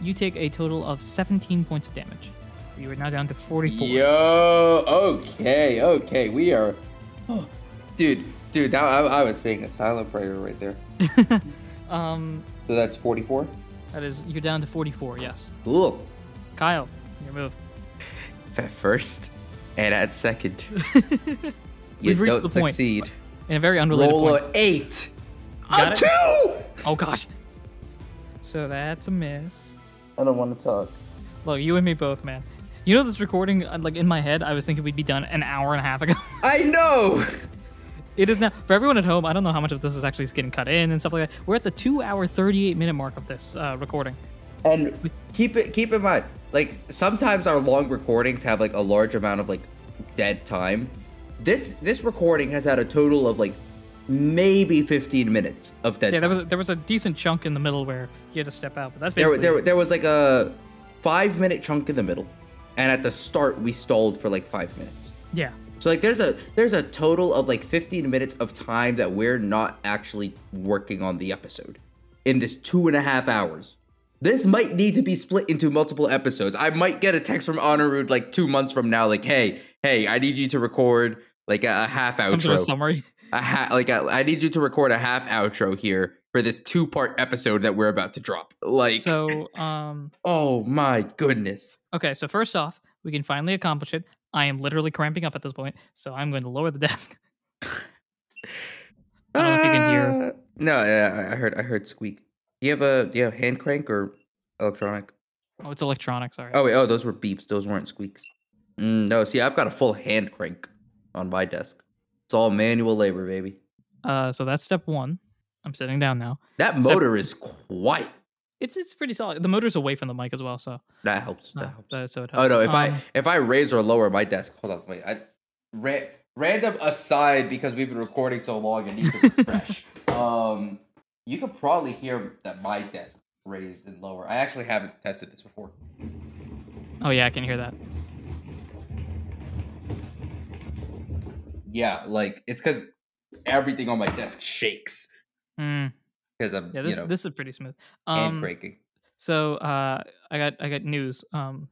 A: You take a total of 17 points of damage. You are now down to 44.
B: Yo, okay, okay, we are. Oh, dude, dude, now I, I was saying a silent prayer right there.
A: Um,
B: So that's forty-four.
A: that is you're down to 44. Yes,
B: Cool.
A: Kyle, your move.
B: at first and at second. you
A: We've reached
B: don't
A: the point.
B: succeed.
A: In a very unrelated
B: Roll
A: point.
B: a eight.
A: Got
B: a
A: it?
B: two.
A: Oh gosh. So that's a miss.
B: I don't want to talk.
A: Look, you and me both, man. You know this recording, uh, like in my head, I was thinking we'd be done an hour and a half ago.
B: I know.
A: it is now for everyone at home. I don't know how much of this is actually getting cut in and stuff like that. We're at the two-hour, thirty-eight minute mark of this uh, recording.
B: And keep it keep in mind, like sometimes our long recordings have like a large amount of like dead time. This this recording has had a total of like maybe 15 minutes of dead
A: Yeah, there
B: time.
A: was a, there was a decent chunk in the middle where you had to step out, but that's
B: there,
A: basically
B: there, there was like a five minute chunk in the middle, and at the start we stalled for like five minutes.
A: yeah.
B: So like there's a there's a total of like 15 minutes of time that we're not actually working on the episode in this two and a half hours. This might need to be split into multiple episodes. I might get a text from Honorud like two months from now, like, hey, hey, I need you to record like a, a half
A: Some sort of
B: outro,
A: summary.
B: a ha- like a, I need you to record a half outro here for this two part episode that we're about to drop. Like,
A: So, um,
B: oh my goodness,
A: Okay, so first off, we can finally accomplish it. I am literally cramping up at this point, so I'm going to lower the desk. I don't know if you can hear.
B: Ah. No, yeah, I I heard I heard squeak. Do you have a do you have hand crank or electronic?
A: Oh, it's electronic, sorry.
B: Oh wait, oh those were beeps. Those weren't squeaks. Mm, no, see, I've got a full hand crank on my desk. It's all manual labor, baby.
A: Uh, so that's step one. I'm sitting down now.
B: That
A: Step-
B: motor is quiet.
A: It's it's pretty solid. The motor's away from the mic as well, so
B: That helps. That
A: uh,
B: helps.
A: that, so it helps.
B: oh no, if I
A: Um,
B: if I raise or lower my desk, hold on, wait. I ra- random aside because we've been recording so long, it needs to be fresh. um, you could probably hear that my desk raised and lower. I actually haven't tested this before.
A: oh yeah, I can hear that.
B: Yeah, like it's because everything on my desk shakes
A: Mm,
B: because I'm
A: yeah, this
B: you know
A: this is pretty smooth.
B: hand
A: Um,
B: cranking.
A: so uh, I got I got news. Um,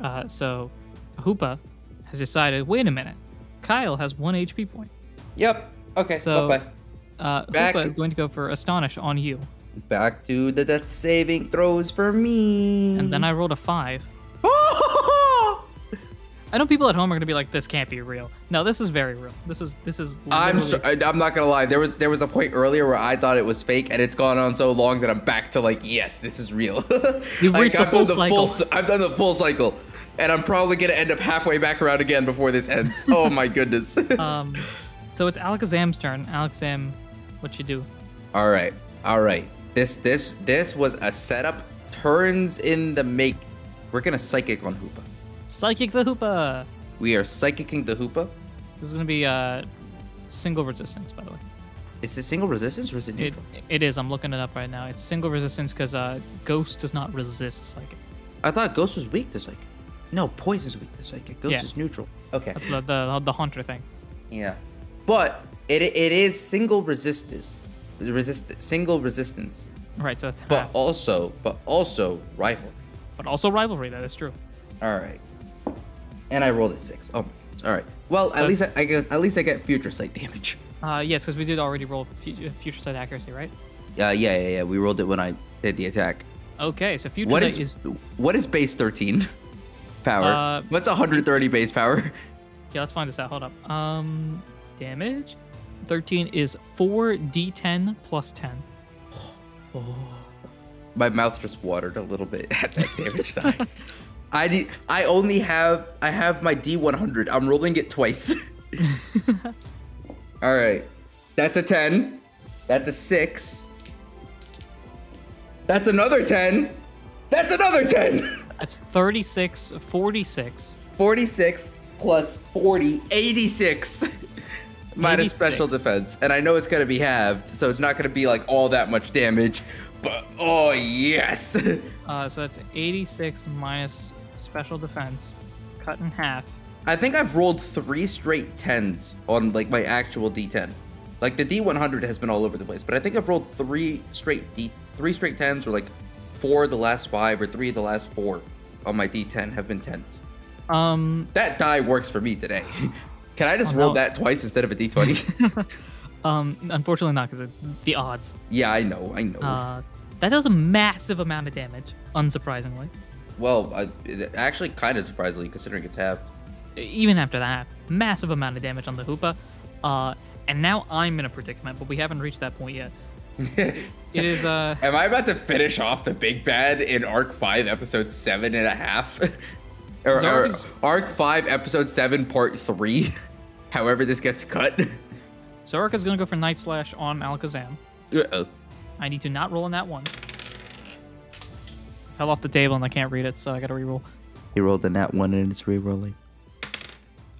A: uh, so Hoopa has decided. Wait a minute, Kyle has one HP point.
B: Yep. Okay.
A: so-
B: bye-bye.
A: Uh,
B: Back-
A: Hoopa is going to go for astonish on you.
B: Back to the death saving throws for me.
A: and then I rolled a five. I know people at home are gonna be like, "This can't be real." No, this is very real. This is this is.
B: I'm
A: literally-
B: st- I- I'm not gonna lie. There was there was a point earlier where I thought it was fake, and it's gone on so long that I'm back to like, yes, this is real.
A: You've
B: Like,
A: reached the
B: I've
A: full
B: done
A: cycle.
B: c- I've done the full cycle, and I'm probably gonna end up halfway back around again before this ends. oh my goodness.
A: um, so it's Alakazam's turn. Alakazam, what you do?
B: All right, all right. This this this was a setup. Turns in the make. We're gonna psychic on Hoopa.
A: Psychic the Hoopa.
B: We are psychicking the Hoopa.
A: This is gonna be uh, single resistance, by the way.
B: Is it single resistance or is it
A: It
B: neutral?
A: it is. I'm looking it up right now. It's single resistance because uh, ghost does not resist psychic.
B: I thought Ghost was weak to psychic. No, Poison's weak to psychic. Ghost
A: Yeah.
B: is neutral. Okay.
A: That's the the, the haunter thing.
B: Yeah. But it it is single resistance. resist single resistance,
A: Right, so that's half.
B: but also but also rivalry.
A: but also rivalry. That is true.
B: All right. And I rolled a six. Oh, my goodness. all right. Well, at
A: So-
B: least I, I guess at least I get future sight damage.
A: Uh, yes, because we did already roll fu- future sight accuracy, right?
B: Yeah, yeah, yeah, yeah. We rolled it when I did the attack.
A: Okay, so future
B: What
A: sight
B: is,
A: is
B: what is base thirteen power?
A: Uh,
B: What's 130 base power?
A: Yeah, let's find this out. Hold up. Um, damage. Thirteen is four d10 plus ten.
B: My mouth just watered a little bit at that damage side. I need, I only have I have my D100. I'm rolling it twice. All right, that's a ten. That's a six. That's another ten. That's another ten.
A: That's 36, 46.
B: 46 plus 40, 86. Minus
A: 86.
B: special defense. And I know it's going to be halved, so it's not going to be like all that much damage. But oh, yes.
A: Uh, so that's 86 minus special defense, cut in half.
B: I think I've rolled three straight 10s on like my actual D10. Like the D100 has been all over the place, but I think I've rolled three straight D three straight 10s or like four of the last five or three of the last four on my D10 have been 10s.
A: Um,
B: That die works for me today. Can I just
A: Oh,
B: roll
A: no.
B: that twice instead of a D20?
A: um, unfortunately not because the odds.
B: yeah, I know. I know.
A: Uh, that does a massive amount of damage, unsurprisingly.
B: Well, I, it- actually, kind of surprisingly, considering it's halved.
A: even after that, massive amount of damage on the Hoopa. Uh, and now I'm in a predicament, but we haven't reached that point yet. it is uh
B: Am I about to finish off the big bad in Arc Five, Episode Seven and a half, or,
A: Zarg
B: or
A: is-
B: Arc Five, Episode Seven, Part Three? However, this gets cut.
A: Zorika's gonna go for Night Slash on Alakazam.
B: Uh-oh.
A: I need to not roll on that one. Fell off the table and I can't read it, so I gotta reroll.
B: He rolled a nat one and it's rerolling.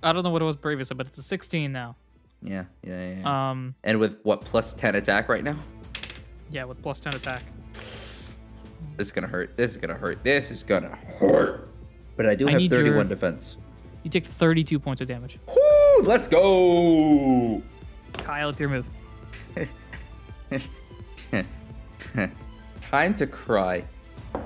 A: I don't know what it was previously, but it's a 16 now.
B: Yeah, yeah, yeah. yeah.
A: Um,
B: and with what plus ten attack right now,
A: yeah, with plus 10 attack.
B: this is gonna hurt. This is gonna hurt. This is gonna hurt. But I do
A: I
B: have
A: need your-
B: thirty-one defense.
A: You take 32 points of damage.
B: Whoo! Let's go.
A: Kyle, it's your move.
B: Time to cry. A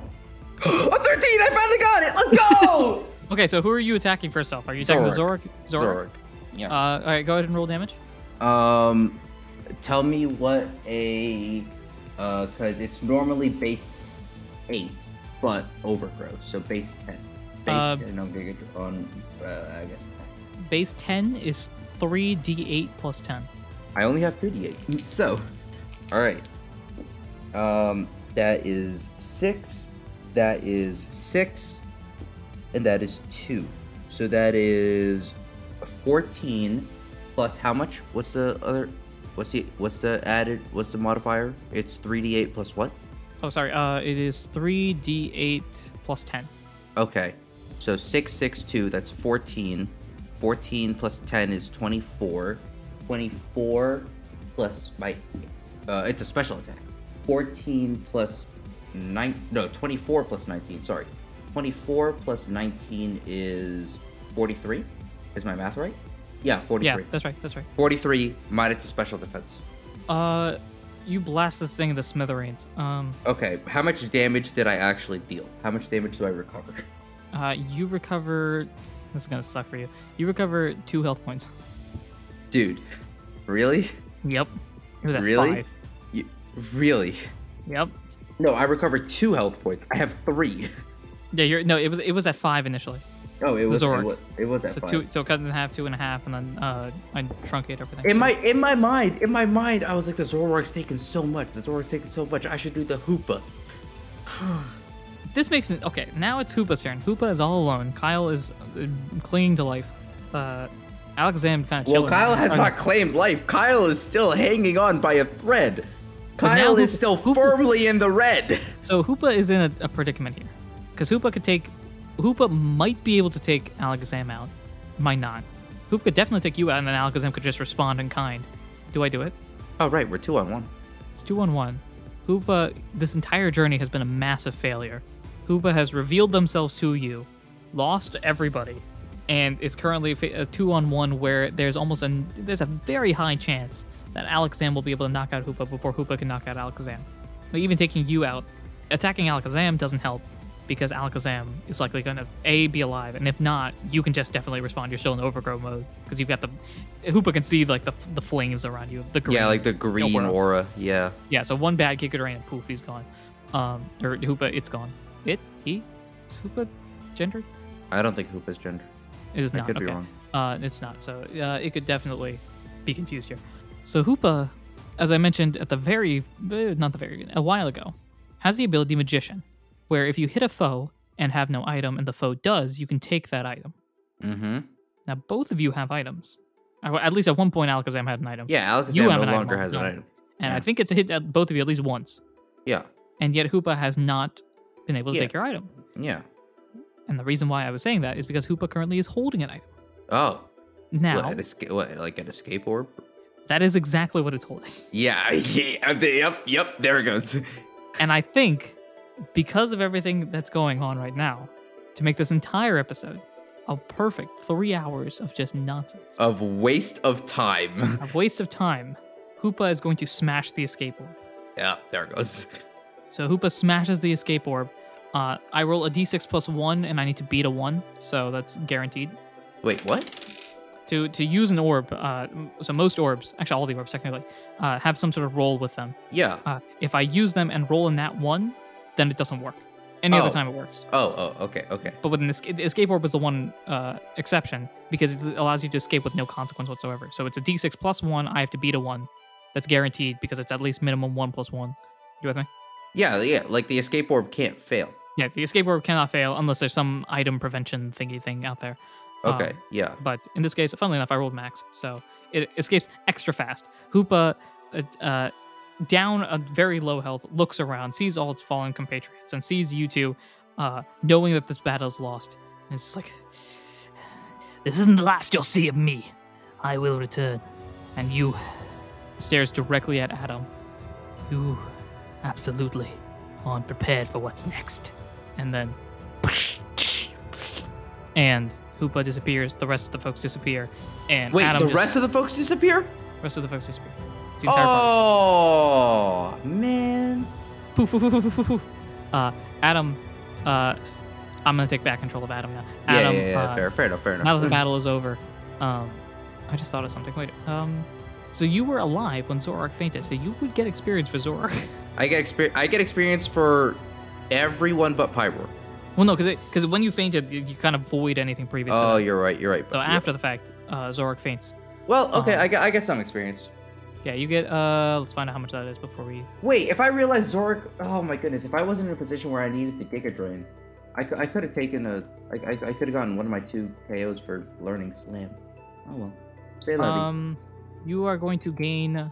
B: 13! I finally got it! Let's go!
A: Okay, so who are you attacking first off? Are you attacking
B: Zorak.
A: the Zorak? Zorak. Uh,
B: Yeah.
A: all right, go ahead and roll damage.
B: um, tell me what a. Uh, because it's normally base 8, but overgrowth, so base 10. Base
A: Uh,
B: 10 on, Giga- on uh, I guess.
A: Base 10 is 3d8 plus 10.
B: I only have 38. So, alright. Um, that is 6, that is 6, and that is 2. So that is 14 plus how much? What's the other what's the what's the added what's the modifier? It's 3d8 plus what?
A: Oh, sorry. Uh, it is 3d8 plus 10.
B: Okay. So 662, that's 14. 14 plus 10 is 24. 24 plus my. Uh, it's a special attack. 14 plus 9. No, 24 plus 19. Sorry. 24 plus 19 is 43. Is my math right? Yeah, 43.
A: Yeah, that's right. That's right.
B: 43 minus a special defense.
A: Uh, you blast this thing into smithereens. Um,
B: Okay, how much damage did I actually deal? How much damage do I recover?
A: uh, you recover. This is gonna suck for you. You recover two health points.
B: Dude, really?
A: Yep. It was at
B: Really?
A: five.
B: You, really?
A: Yep.
B: No, I recovered two health points. I have three.
A: Yeah, you're no. It was it was at five initially.
B: Oh, it was it
A: Zorg.
B: was, it was at
A: So
B: five.
A: two. So cut it in half, two and a half, and then uh, I truncate everything.
B: in
A: so-
B: my in my mind, in my mind, I was like, the Zoror's taking so much. The Zoror's taking so much. I should do the Hoopa.
A: This makes it okay. Now it's Hoopa's turn. Hoopa is all alone. Kyle is uh, clinging to life. Uh, Alexander kind of
B: Well, Kyle has not claimed life. Kyle is still hanging on by a thread.
A: But now
B: Kyle is
A: Hoopa-
B: still
A: Hoopa-
B: firmly in the red.
A: So Hoopa is in a, a predicament here, because Hoopa could take, Hoopa might be able to take Alakazam out, might not. Hoopa could definitely take you out, and then Alakazam could just respond in kind. Do I do it?
B: Oh right, we're two on one.
A: It's two on one. Hoopa, this entire journey has been a massive failure. Hoopa has revealed themselves to you, lost everybody, uh, and is currently fa- a two on one where there's almost a there's a very high chance that Alakazam will be able to knock out Hoopa before Hoopa can knock out Alakazam. But even taking you out, attacking Alakazam doesn't help because Alakazam is likely going to a be alive, and if not, you can just definitely respond. You're still in overgrow mode because you've got the Hoopa can see like the the flames around you. The green.
B: Yeah, like the green
A: worry.
B: aura. Yeah.
A: Yeah, so one bad kick could rain and poof, he's gone. Um, or Hoopa, it's gone. It? He? Is Hoopa gendered?
B: I don't think Hoopa's gender.
A: It is
B: I
A: not.
B: could
A: okay.
B: be wrong.
A: Uh, it's not. So uh, it could definitely be confused here. So Hoopa, as I mentioned at the very, eh, not the very, a while ago, has the ability Magician, where if you hit a foe and have no item and the foe does, you can take that item.
B: Mm-hmm.
A: Now both of you have items. Uh, At least at one point, Alakazam had an item.
B: Yeah, Alakazam
A: You
B: no
A: have an item
B: longer has an
A: already.
B: item.
A: and I
B: yeah.
A: think it's hit at both of you at least once.
B: Yeah.
A: And yet Hoopa has not been able to
B: Yeah.
A: take your item.
B: Yeah.
A: And the reason why I was saying that is because Hoopa currently is holding an item.
B: Oh.
A: Now,
B: What, an esca- what, like an escape orb?
A: that is exactly what it's holding.
B: Yeah. yeah uh, yep. Yep. There it goes.
A: And I think because of everything that's going on right now, to make this entire episode a perfect three hours of just nonsense,
B: of waste of time.
A: a waste of time, Hoopa is going to smash the escape orb.
B: Yeah. There it goes.
A: So Hoopa smashes the escape orb. Uh, I roll a d6 plus one, and I need to beat a one, so that's guaranteed.
B: Wait. What?
A: to to use an orb uh, m- so most orbs actually all the orbs technically uh, have some sort of roll with them
B: Yeah.
A: uh, if i use them and roll in that one then it doesn't work any
B: Oh.
A: other time it works
B: Oh. Oh. Okay. Okay.
A: but with an escape, the escape orb was the one uh, exception because it allows you to escape with no consequence whatsoever so it's a d6 plus one i have to beat a one that's guaranteed because it's at least minimum one plus one you with me
B: Yeah. Yeah. Like the escape orb can't fail.
A: yeah the escape orb cannot fail unless there's some item prevention thingy thing out there Um,
B: Okay. yeah.
A: but in this case, funnily enough, I rolled max, so it escapes extra fast. Hoopa, uh, uh, down a very low health, looks around, sees all its fallen compatriots, and sees you two, uh, knowing that this battle is lost. And it's just like,
C: This isn't the last you'll see of me. I will return. And you,
A: stares directly at Adam,
C: you absolutely aren't prepared for what's next.
A: and then, and Hoopa disappears. The rest of the folks disappear, and
B: Wait.
A: Adam
B: the
A: just-
B: rest of the folks disappear?
A: rest of the folks disappear. It's the entire party.
B: Oh man.
A: poof, poof, poof, poof, poof, poof. Uh, Adam, uh, I'm gonna take back control of Adam now.
B: Yeah,
A: Adam,
B: yeah, yeah,
A: uh,
B: fair, fair enough, fair enough.
A: now that the battle is over, um, I just thought of something. Wait, um, so you were alive when Zorak fainted, so you would get experience for Zorak.
B: I get experience. I get experience for everyone but Pyro.
A: well, no, because because when you fainted, you, you kind of void anything previous. to
B: Oh,
A: that.
B: you're right. You're right.
A: so
B: but- yeah.
A: after the fact, uh, Zorak faints.
B: Well, okay.
A: um,
B: I get. I get some experience.
A: Yeah, you get. Uh, let's find out how much that is before we.
B: Wait, if I realized Zorak, oh my goodness, if I wasn't in a position where I needed to Giga Drain, I, cou- I could have taken a, I, I, I could have gotten one of my two KOs for learning Slam. Oh well, say Levy.
A: Um, you are going to gain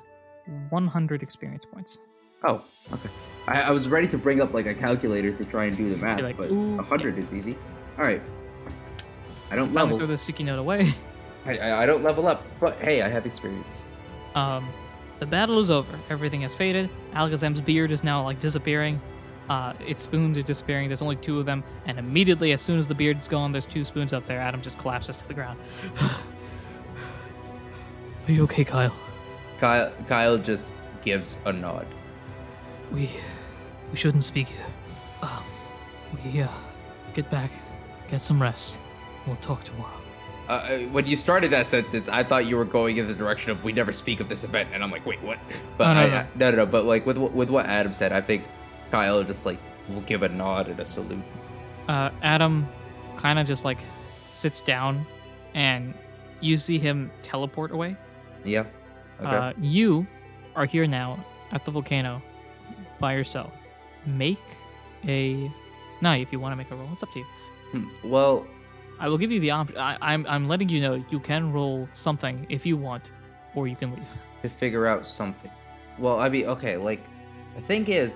A: 100 experience points.
B: oh, okay. I, I was ready to bring up like a calculator to try and do the math,
A: You're like,
B: but
A: ooh,
B: a hundred is easy. All right, I don't
A: I'm gonna
B: level.
A: throw this sticky note away.
B: I, I, I don't level up, but hey, I have experience.
A: Um, the battle is over. Everything has faded. Alakazam's beard is now like disappearing. Uh, its spoons are disappearing. There's only two of them, and immediately, as soon as the beard's gone, there's two spoons up there. Adam just collapses to the ground. are you okay, Kyle?
B: Kyle, Kyle just gives a nod.
C: We, we shouldn't speak here. Um, we, uh, get back, get some rest. We'll talk tomorrow.
B: Uh, when you started that sentence, I thought you were going in the direction of we never speak of this event, and I'm like, wait, what? But
A: Oh, no,
B: I,
A: no.
B: I- no, no, no. But like with wh- with what Adam said, I think Kyle just like will give a nod and a salute.
A: uh, Adam kind of just like sits down, and you see him teleport away.
B: Yeah. Okay.
A: Uh, you are here now at the volcano by yourself. Make a. No, if you want to make a roll, it's up to you.
B: Hmm, Well,
A: I will give you the option. I'm I'm letting you know you can roll something if you want, or you can leave.
B: to figure out something. Well, I mean, okay. Like the thing is,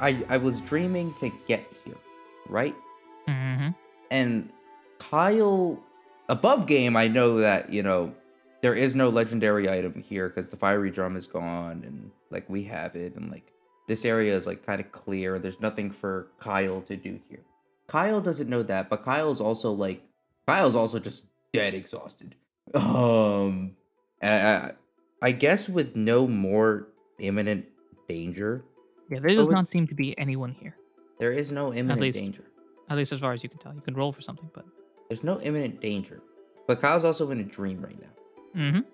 B: I I was dreaming to get here, right?
A: Mm-hmm.
B: and Kyle above game I know that you know there is no legendary item here because the fiery drum is gone and like we have it and like this area is like kind of clear there's nothing for Kyle to do here Kyle doesn't know that but Kyle's also like Kyle's also just dead exhausted um and I, I guess with no more imminent danger,
A: Yeah, there does
B: would-
A: not seem to be anyone here.
B: there is no imminent
A: least.
B: danger.
A: At least as far as you can tell. You can roll for something, but
B: There's no imminent danger. But Kyle's also in a dream right now.
A: Mhm.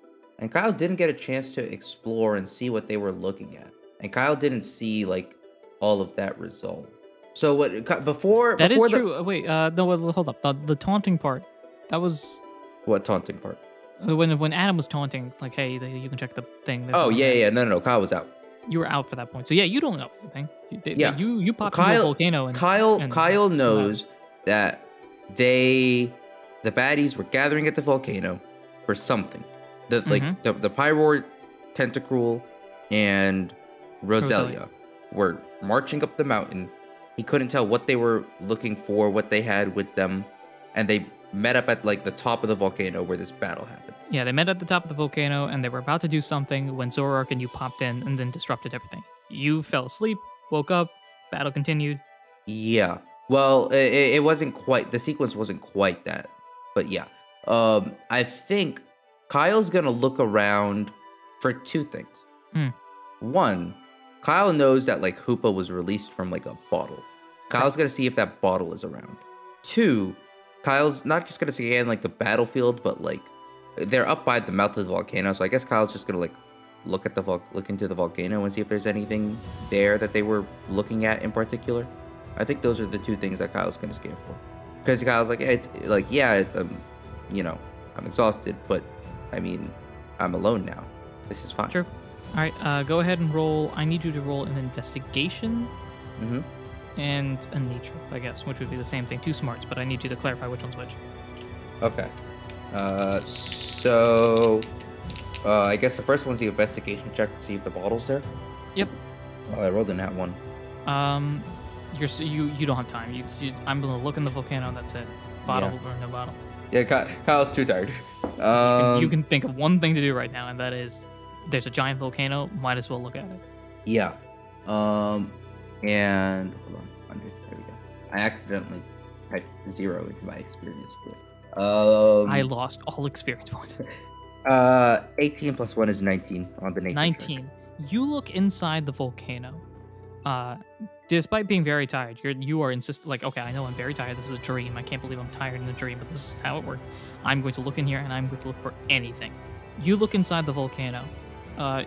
B: And Kyle didn't get a chance to explore and see what they were looking at. And Kyle didn't see like all of that resolved. So what Ky- before
A: that is
B: before the-
A: true. Uh, Wait, uh, no, well, hold up. The, the taunting part, that was
B: What taunting part?
A: uh, when when Adam was taunting, like, hey, the, you can check the thing. there's
B: Oh
A: something
B: yeah,
A: there."
B: yeah, no, no, no. Kyle was out.
A: You were out for that point, so yeah, you don't know anything. You, they,
B: Yeah.
A: you you popped
B: Kyle-
A: into a volcano and
B: Kyle
A: and
B: Kyle
A: Simon.
B: knows that they the baddies were gathering at the volcano for something. The like
A: Mhm.
B: the the Pyroar Tentacruel and Roselia
A: Roselia.
B: were marching up the mountain. He couldn't tell what they were looking for, what they had with them, and they met up at like the top of the volcano where this battle happened.
A: Yeah, they met at the top of the volcano and they were about to do something when Zorark and you popped in and then disrupted everything. You fell asleep, woke up, battle continued.
B: Yeah. Well, it, it wasn't quite the sequence wasn't quite that, but yeah. Um, I think Kyle's gonna look around for two things.
A: Hmm.
B: One, Kyle knows that like Hoopa was released from like a bottle. Kyle's gonna see if that bottle is around. Two, Kyle's not just gonna scan like the battlefield, but like they're up by the mouth of the volcano, so I guess Kyle's just gonna like look at the vol- look into the volcano and see if there's anything there that they were looking at in particular. I think those are the two things that Kyle's gonna scan for. Because Kyle's like, it's like, yeah, it's um, you know, I'm exhausted, but I mean, I'm alone now. This is fine.
A: Sure. All right, uh, go ahead and roll. I need you to roll an investigation
B: hmm
A: and a nature, I guess, which would be the same thing. Two smarts, but I need you to clarify which one's which.
B: Okay. Uh, so, uh, I guess the first one's the investigation check to see if the bottle's there.
A: Yep.
B: Oh, I rolled in that one.
A: Um, you're s- you you don't have time. You, you I'm gonna look in the volcano. That's it. Bottle or no bottle.
B: Yeah, Ky- Kyle's too tired.
A: And
B: Um,
A: you can think of one thing to do right now, and that is there's a giant volcano. Might as well look at it.
B: Yeah. Um, and hold on, hundred. There we go. I accidentally typed zero into my experience field. Um,
A: I lost all experience points.
B: Uh, eighteen plus one is nineteen on the nature. check.
A: 19 you look inside the volcano uh despite being very tired you're you are insist like okay i know i'm very tired this is a dream i can't believe i'm tired in a dream but this is how it works i'm going to look in here and i'm going to look for anything you look inside the volcano uh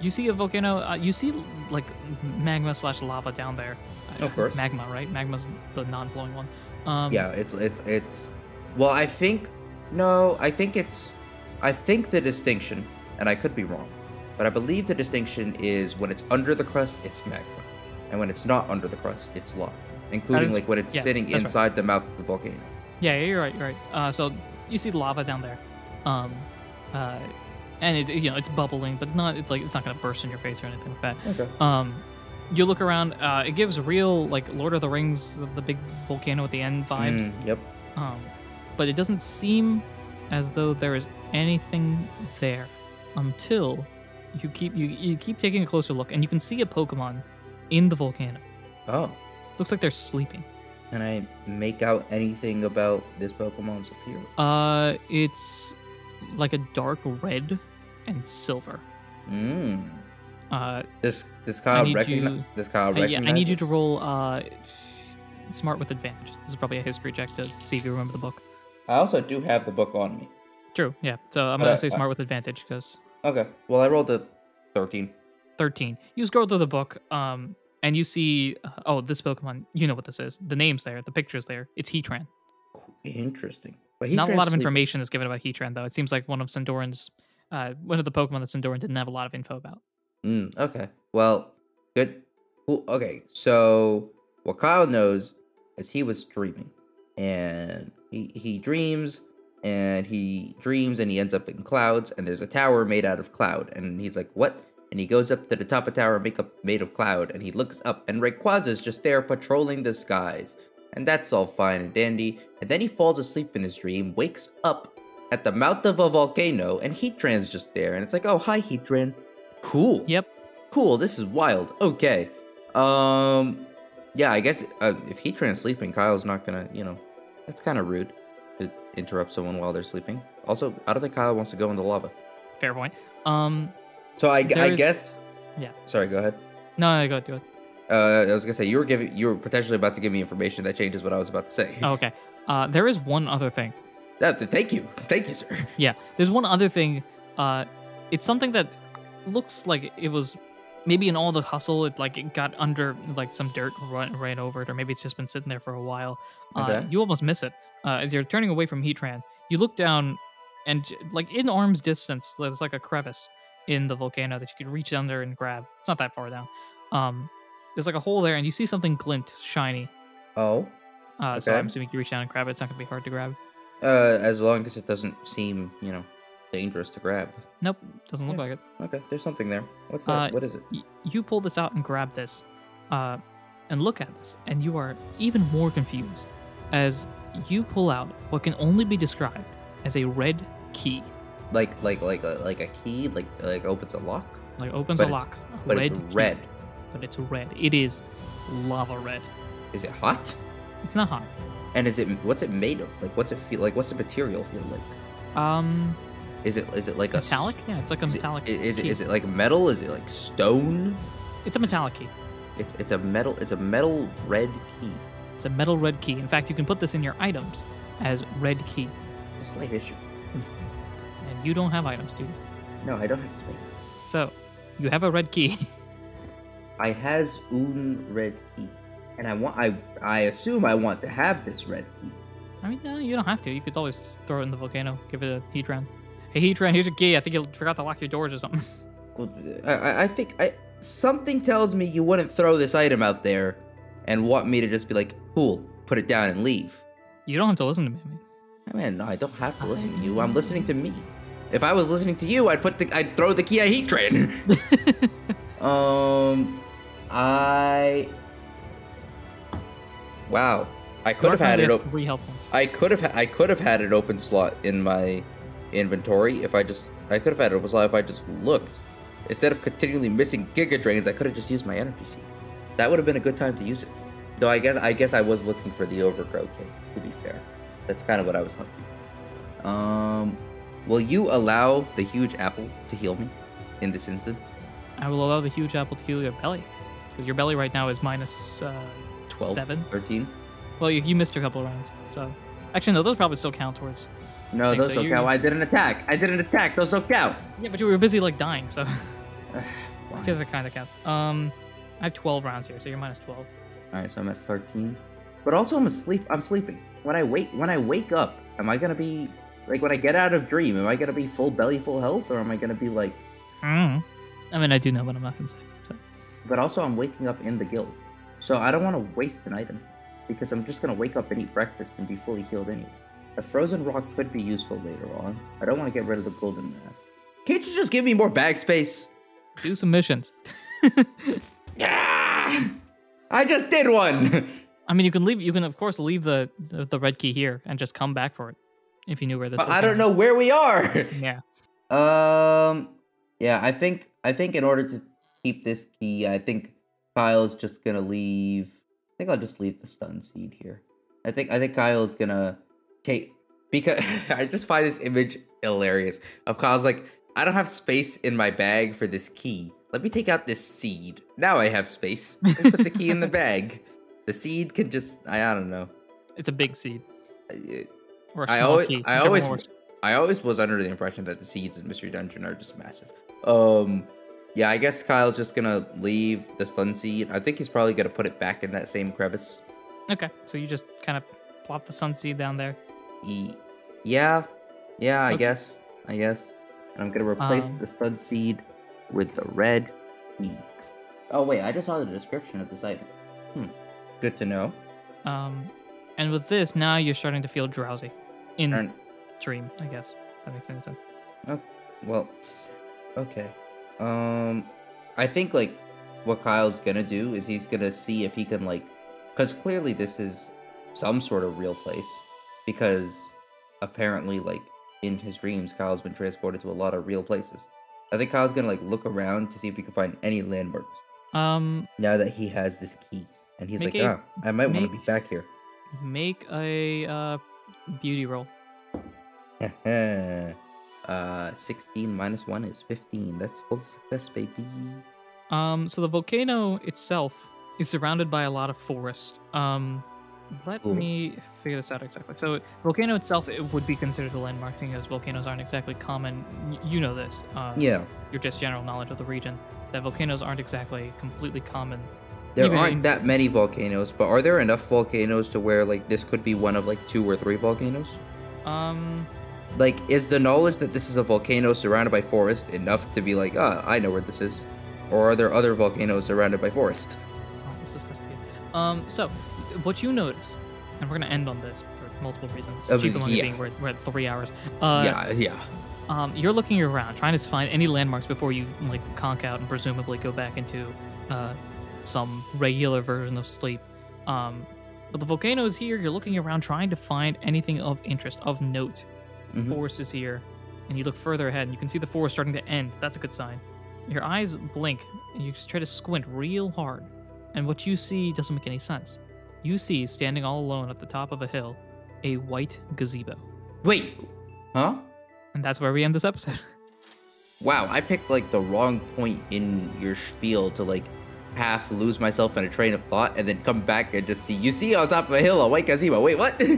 A: you see a volcano uh, you see like magma slash lava down there
B: Of course.
A: magma right magma's the non-flowing one um
B: Yeah, it's it's it's. Well, I think no, I think it's. I think the distinction, and I could be wrong, but I believe the distinction is when it's under the crust, it's magma, and when it's not under the crust, it's lava, including
A: is-
B: like when it's
A: yeah,
B: sitting
A: that's right.
B: inside the mouth of the volcano.
A: Yeah, yeah, you're right, you're right. Uh, so you see the lava down there, um, uh, and it you know it's bubbling, but not it's like it's not gonna burst in your face or anything like that.
B: Okay.
A: Um, you look around, uh, it gives real like Lord of the Rings, the, the big volcano at the end vibes.
B: Mm, yep.
A: Um, but it doesn't seem as though there is anything there until you keep you, you keep taking a closer look, and you can see a Pokemon in the volcano.
B: Oh.
A: looks like they're sleeping.
B: Can I make out anything about this Pokemon's appearance?
A: Uh, it's like a dark red and silver.
B: Mm.
A: Uh,
B: This this Kyle
A: need
B: recognize
A: you-
B: this
A: I,
B: Kyle
A: yeah,
B: recognizes.
A: I need you to roll uh, smart with advantage. This is probably a history check to see if you remember the book.
B: I also do have the book on me.
A: True. Yeah. So I'm
B: Uh,
A: gonna say
B: uh,
A: smart with advantage because
B: Okay. Well, I rolled a thirteen.
A: 13. You scroll through the book, um, and you see, uh, oh, this Pokemon. You know what this is. The name's there. The picture's there. It's Heatran.
B: Interesting. But
A: Not a
B: can't
A: lot of
B: sleep.
A: information is given about Heatran though. It seems like one of Sindoran's, uh, one of the Pokemon that Sindoran didn't have a lot of info about.
B: Mm, okay. Well, good. Cool. Okay. So what Kyle knows is he was dreaming, and he he dreams, and he dreams, and he ends up in clouds, and there's a tower made out of cloud, and he's like, what? And he goes up to the top of tower make up made of cloud, and he looks up, and Rayquaza is just there patrolling the skies, and that's all fine and dandy. And then he falls asleep in his dream, wakes up at the mouth of a volcano, and Heatran's just there, and it's like, oh hi Heatran, cool
A: Yep.
B: cool this is wild okay um yeah i guess uh, if heatran's sleeping kyle's not gonna you know that's kind of rude to interrupt someone while they're sleeping also i don't think kyle wants to go in the lava
A: Fair point. Um,
B: So I, I
A: there's-
B: guess.
A: yeah.
B: Sorry. Go ahead.
A: No, no, go ahead, go ahead.
B: Uh, I was gonna say you were giving you were potentially about to give me information that changes what I was about to say.
A: Oh, okay. Uh, there is one other thing.
B: Yeah, th- thank you, thank you, sir.
A: Yeah, there's one other thing. Uh, it's something that looks like it was maybe in all the hustle, it like it got under like some dirt run ran over it, or maybe it's just been sitting there for a while. Uh,
B: Okay.
A: You almost miss it uh, as you're turning away from Heatran. You look down, and j- like in arm's distance, there's like a crevice in the volcano that you could reach under and grab. It's not that far down. Um, there's like a hole there, and you see something glint shiny.
B: Oh,
A: Uh, So
B: Okay.
A: I'm assuming you reach down and grab it. It's not gonna be hard to grab.
B: uh, as long as it doesn't seem you know dangerous to grab.
A: Nope, doesn't look
B: Yeah.
A: like it.
B: Okay, there's something there. What's that?
A: Uh,
B: what is it?
A: y- you pull this out and grab this uh, and look at this and you are even more confused as you pull out what can only be described as a red key
B: Like like like a- like a key? Like like opens a lock?
A: like opens a
B: But it's-
A: lock
B: But
A: red
B: it's
A: key.
B: red.
A: but it's red it is lava red
B: Is it hot?
A: it's not hot
B: And is it what's it made of? Like what's it feel like? What's the material feel like?
A: um
B: Is it is it like a s-
A: metallic yeah it's like a
B: Is
A: metallic
B: It, i- is it
A: key.
B: is it like metal? Is it like stone?
A: it's a metallic key
B: It's it's a metal. It's a metal red key.
A: it's a metal red key in fact you can put this in your items as red key
B: A slight issue.
A: and you don't have items dude
B: No, I don't have space.
A: so you have a red key
B: I has un red key, and I want I I assume I want to have this red key.
A: I mean, no, you don't have to. You could always just throw it in the volcano. Give it a heat round. Hey, heat round, here's your key. I think you forgot to lock your doors or something.
B: Well, I I- I think I something tells me you wouldn't throw this item out there, and want me to just be like, cool, put it down and leave.
A: You don't have to listen to me. I mean,
B: I mean, no, I don't have to listen to you. I'm listening to me. If I was listening to you, I'd put the I'd throw the key at heat train. um, I. Wow, I could have
A: Mark
B: had
A: only
B: it.
A: had
B: Op-
A: three health points.
B: I could have I could have had an open slot in my inventory if I just I could have had an open slot if I just looked. Instead of continually missing Giga Drains, I could have just used my energy seed. That would have been a good time to use it. Though I guess I guess I was looking for the overgrow cake, to be fair. That's kind of what I was hunting. Um will you allow the huge apple to heal me in this instance?
A: I will allow the huge apple to heal your belly. Because your belly right now is minus uh,
B: 12
A: seven.
B: 13?
A: Well, you, you missed a couple rounds. So, actually, no, those probably still count towards.
B: No,
A: Think
B: those
A: so,
B: don't
A: you-
B: count. I did an attack. I did an attack. Those don't count.
A: Yeah, but you were busy, like, dying. So,
B: Fine.
A: the other kind of counts. Um, I have 12 rounds here, so you're minus 12.
B: All right, so I'm at 13. But also, I'm asleep. I'm sleeping. When I wake, when I wake up, am I gonna be like when I get out of dream? Am I gonna be full belly, full health, or am I gonna be like?
A: Mm.
B: Mm-hmm.
A: I mean, I do know, but I'm not going to say. So,
B: But also, I'm waking up in the guild, so I don't want to waste an item because I'm just gonna wake up and eat breakfast and be fully healed anyway. The frozen rock could be useful later on. I don't want to get rid of the golden mask. Can't you just give me more bag space?
A: do some missions.
B: Yeah! I just did one.
A: I mean, you can leave. You can of course leave the the, the red key here and just come back for it if you knew where this.
B: but
A: was
B: I don't
A: going.
B: know where we are.
A: Yeah,
B: Um. Yeah, I think I think in order to keep this key, I think Kyle's just gonna leave. I think I'll just leave the stun seed here. I think I think Kyle's gonna take because I just find this image hilarious of Kyle's like, I don't have space in my bag for this key. Let me take out this seed. Now I have space. Let me put the key in the bag. The seed can just I, I don't know.
A: it's a big seed
B: I-
A: or a small
B: I always,
A: key.
B: I
A: whichever
B: always,
A: one works.
B: I always was under the impression that the seeds in Mystery Dungeon are just massive. Um, yeah, I guess Kyle's just gonna leave the sun seed. I think he's probably gonna put it back in that same crevice.
A: Okay, so you just kind of plop the sun seed down there.
B: He, yeah, yeah, I
A: Okay.
B: guess, I guess. And I'm gonna replace
A: Um.
B: the sun seed with the red key. Oh wait, I just saw the description of this item. Hmm, good to know.
A: Um, and with this, now you're starting to feel drowsy in
B: And
A: dream. I guess that makes any sense.
B: Uh, Well, s- okay. Um, I think like what Kyle's gonna do is he's gonna see if he can like, because clearly this is some sort of real place, because apparently like in his dreams Kyle's been transported to a lot of real places. I think Kyle's gonna like look around to see if he can find any landmarks
A: Um,
B: now that he has this key, and he's
A: Make
B: like,
A: a-
B: ah, I might want to be
A: make-
B: back here.
A: make a uh, beauty roll.
B: Uh, 16 minus 1 is 15. That's full success, baby.
A: Um, so the volcano itself is surrounded by a lot of forest. Um, let
B: Cool.
A: me figure this out exactly. So volcano itself it would be considered a landmark, seeing as volcanoes aren't exactly common. Y- You know this. Uh,
B: Yeah.
A: Your just general knowledge of the region that volcanoes aren't exactly completely common.
B: There
A: Even in-
B: aren't that many volcanoes, but are there enough volcanoes to where, like, this could be one of, like, two or three volcanoes?
A: Um,
B: Like, is the knowledge that this is a volcano surrounded by forest enough to be like, ah, I know where this is? Or are there other volcanoes surrounded by forest?
A: Oh, this is supposed to be. Um, so what you notice, and we're gonna end on this for multiple reasons.
B: Uh,
A: Chief among it
B: yeah.
A: being we're, we're at three hours. Uh,
B: yeah, yeah.
A: Um, you're looking around, trying to find any landmarks before you like conk out and presumably go back into uh, some regular version of sleep. Um, but the volcano is here. You're looking around, trying to find anything of interest, of note.
B: Mhm.
A: Forest is here, and you look further ahead, and you can see the forest starting to end. That's a good sign. Your eyes blink, and you try to squint real hard, and what you see doesn't make any sense. You see, standing all alone at the top of a hill, a white gazebo,
B: Wait, huh?
A: and that's where we end this episode.
B: Wow, I picked, like, the wrong point in your spiel to, like, half lose myself in a train of thought and then come back and just see, you see on top of a hill a white gazebo. Wait, what? oh,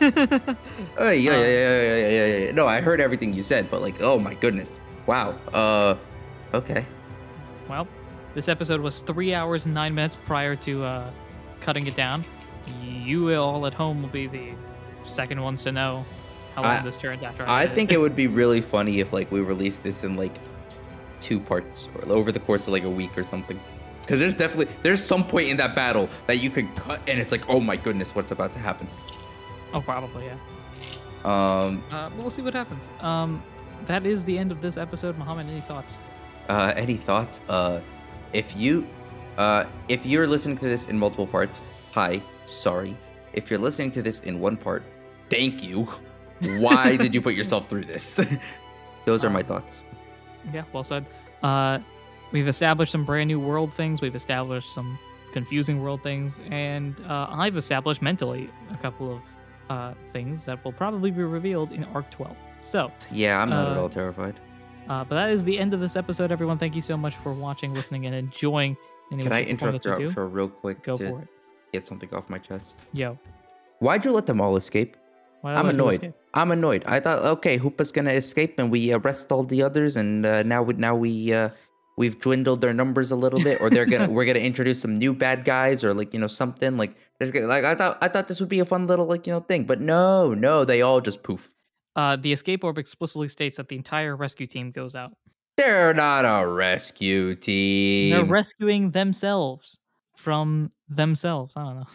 B: yeah, yeah, yeah, yeah, yeah, yeah, yeah. No, I heard everything you said, but, like, oh my goodness. Wow. Uh, okay.
A: Well, this episode was three hours and nine minutes prior to uh, cutting it down. You all at home will be the second ones to know how long
B: I-
A: this turns after.
B: I
A: edit it.
B: think it would be really funny if like we released this in like two parts or over the course of like a week or something. Because there's definitely there's some point in that battle that you could cut and it's like oh my goodness what's about to happen.
A: Oh, probably yeah.
B: Um,
A: Uh, but we'll see what happens. Um, that is the end of this episode. Mohammed, any thoughts?
B: uh, any thoughts? Uh, if you uh, if you're listening to this in multiple parts, hi, sorry. If you're listening to this in one part, thank you. Why did you put yourself through this? Those are
A: Uh,
B: my thoughts.
A: Yeah, well said. Uh, we've established some brand new world things. We've established some confusing world things, and uh, I've established mentally a couple of uh, things that will probably be revealed in Arc 12. So.
B: Yeah, I'm not at
A: Uh,
B: all terrified.
A: Uh, but that is the end of this episode, everyone. Thank you so much for watching, listening, and enjoying. Any
B: Can I interrupt your
A: you do.
B: outro real quick
A: Go
B: to
A: for it.
B: get something off my chest?
A: Yo.
B: Why'd you let them all escape?
A: Why
B: I'm
A: don't you
B: annoyed.
A: escape?
B: I'm annoyed. I thought, okay, Hoopa's gonna escape, and we arrest all the others, and uh, now we now we uh, we've dwindled their numbers a little bit, or they're gonna we're gonna introduce some new bad guys, or like you know something like there's gonna, like I thought I thought this would be a fun little like you know thing, but no, no, they all just poof.
A: Uh, the escape orb explicitly states that the entire rescue team goes out.
B: They're not a rescue
A: They're
B: team.
A: rescuing themselves from themselves. I don't know.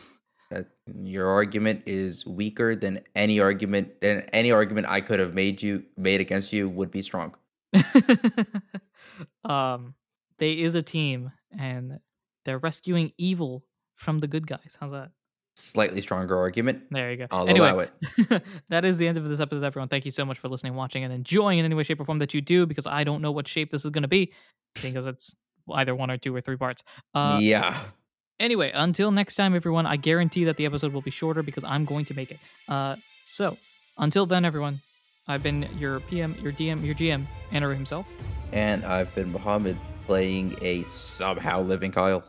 B: That- Uh, your argument is weaker than any argument than any argument I could have made you made against you would be strong.
A: um, they is a team, and they're rescuing evil from the good guys. How's that?
B: Slightly stronger argument.
A: There you go.
B: I'll
A: anyway,
B: allow it.
A: that is the end of this episode, everyone. Thank you so much for listening, watching, and enjoying in any way, shape, or form that you do, because I don't know what shape this is going to be, seeing as it's either one or two or three parts. Uh,
B: yeah.
A: Anyway, until next time, everyone, I guarantee that the episode will be shorter because I'm going to make it. Uh, so, until then, everyone, I've been your PM, your DM, your GM, Anaru himself.
B: And I've been Muhammad playing a somehow living Kyle.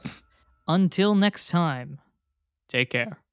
A: Until next time, take care.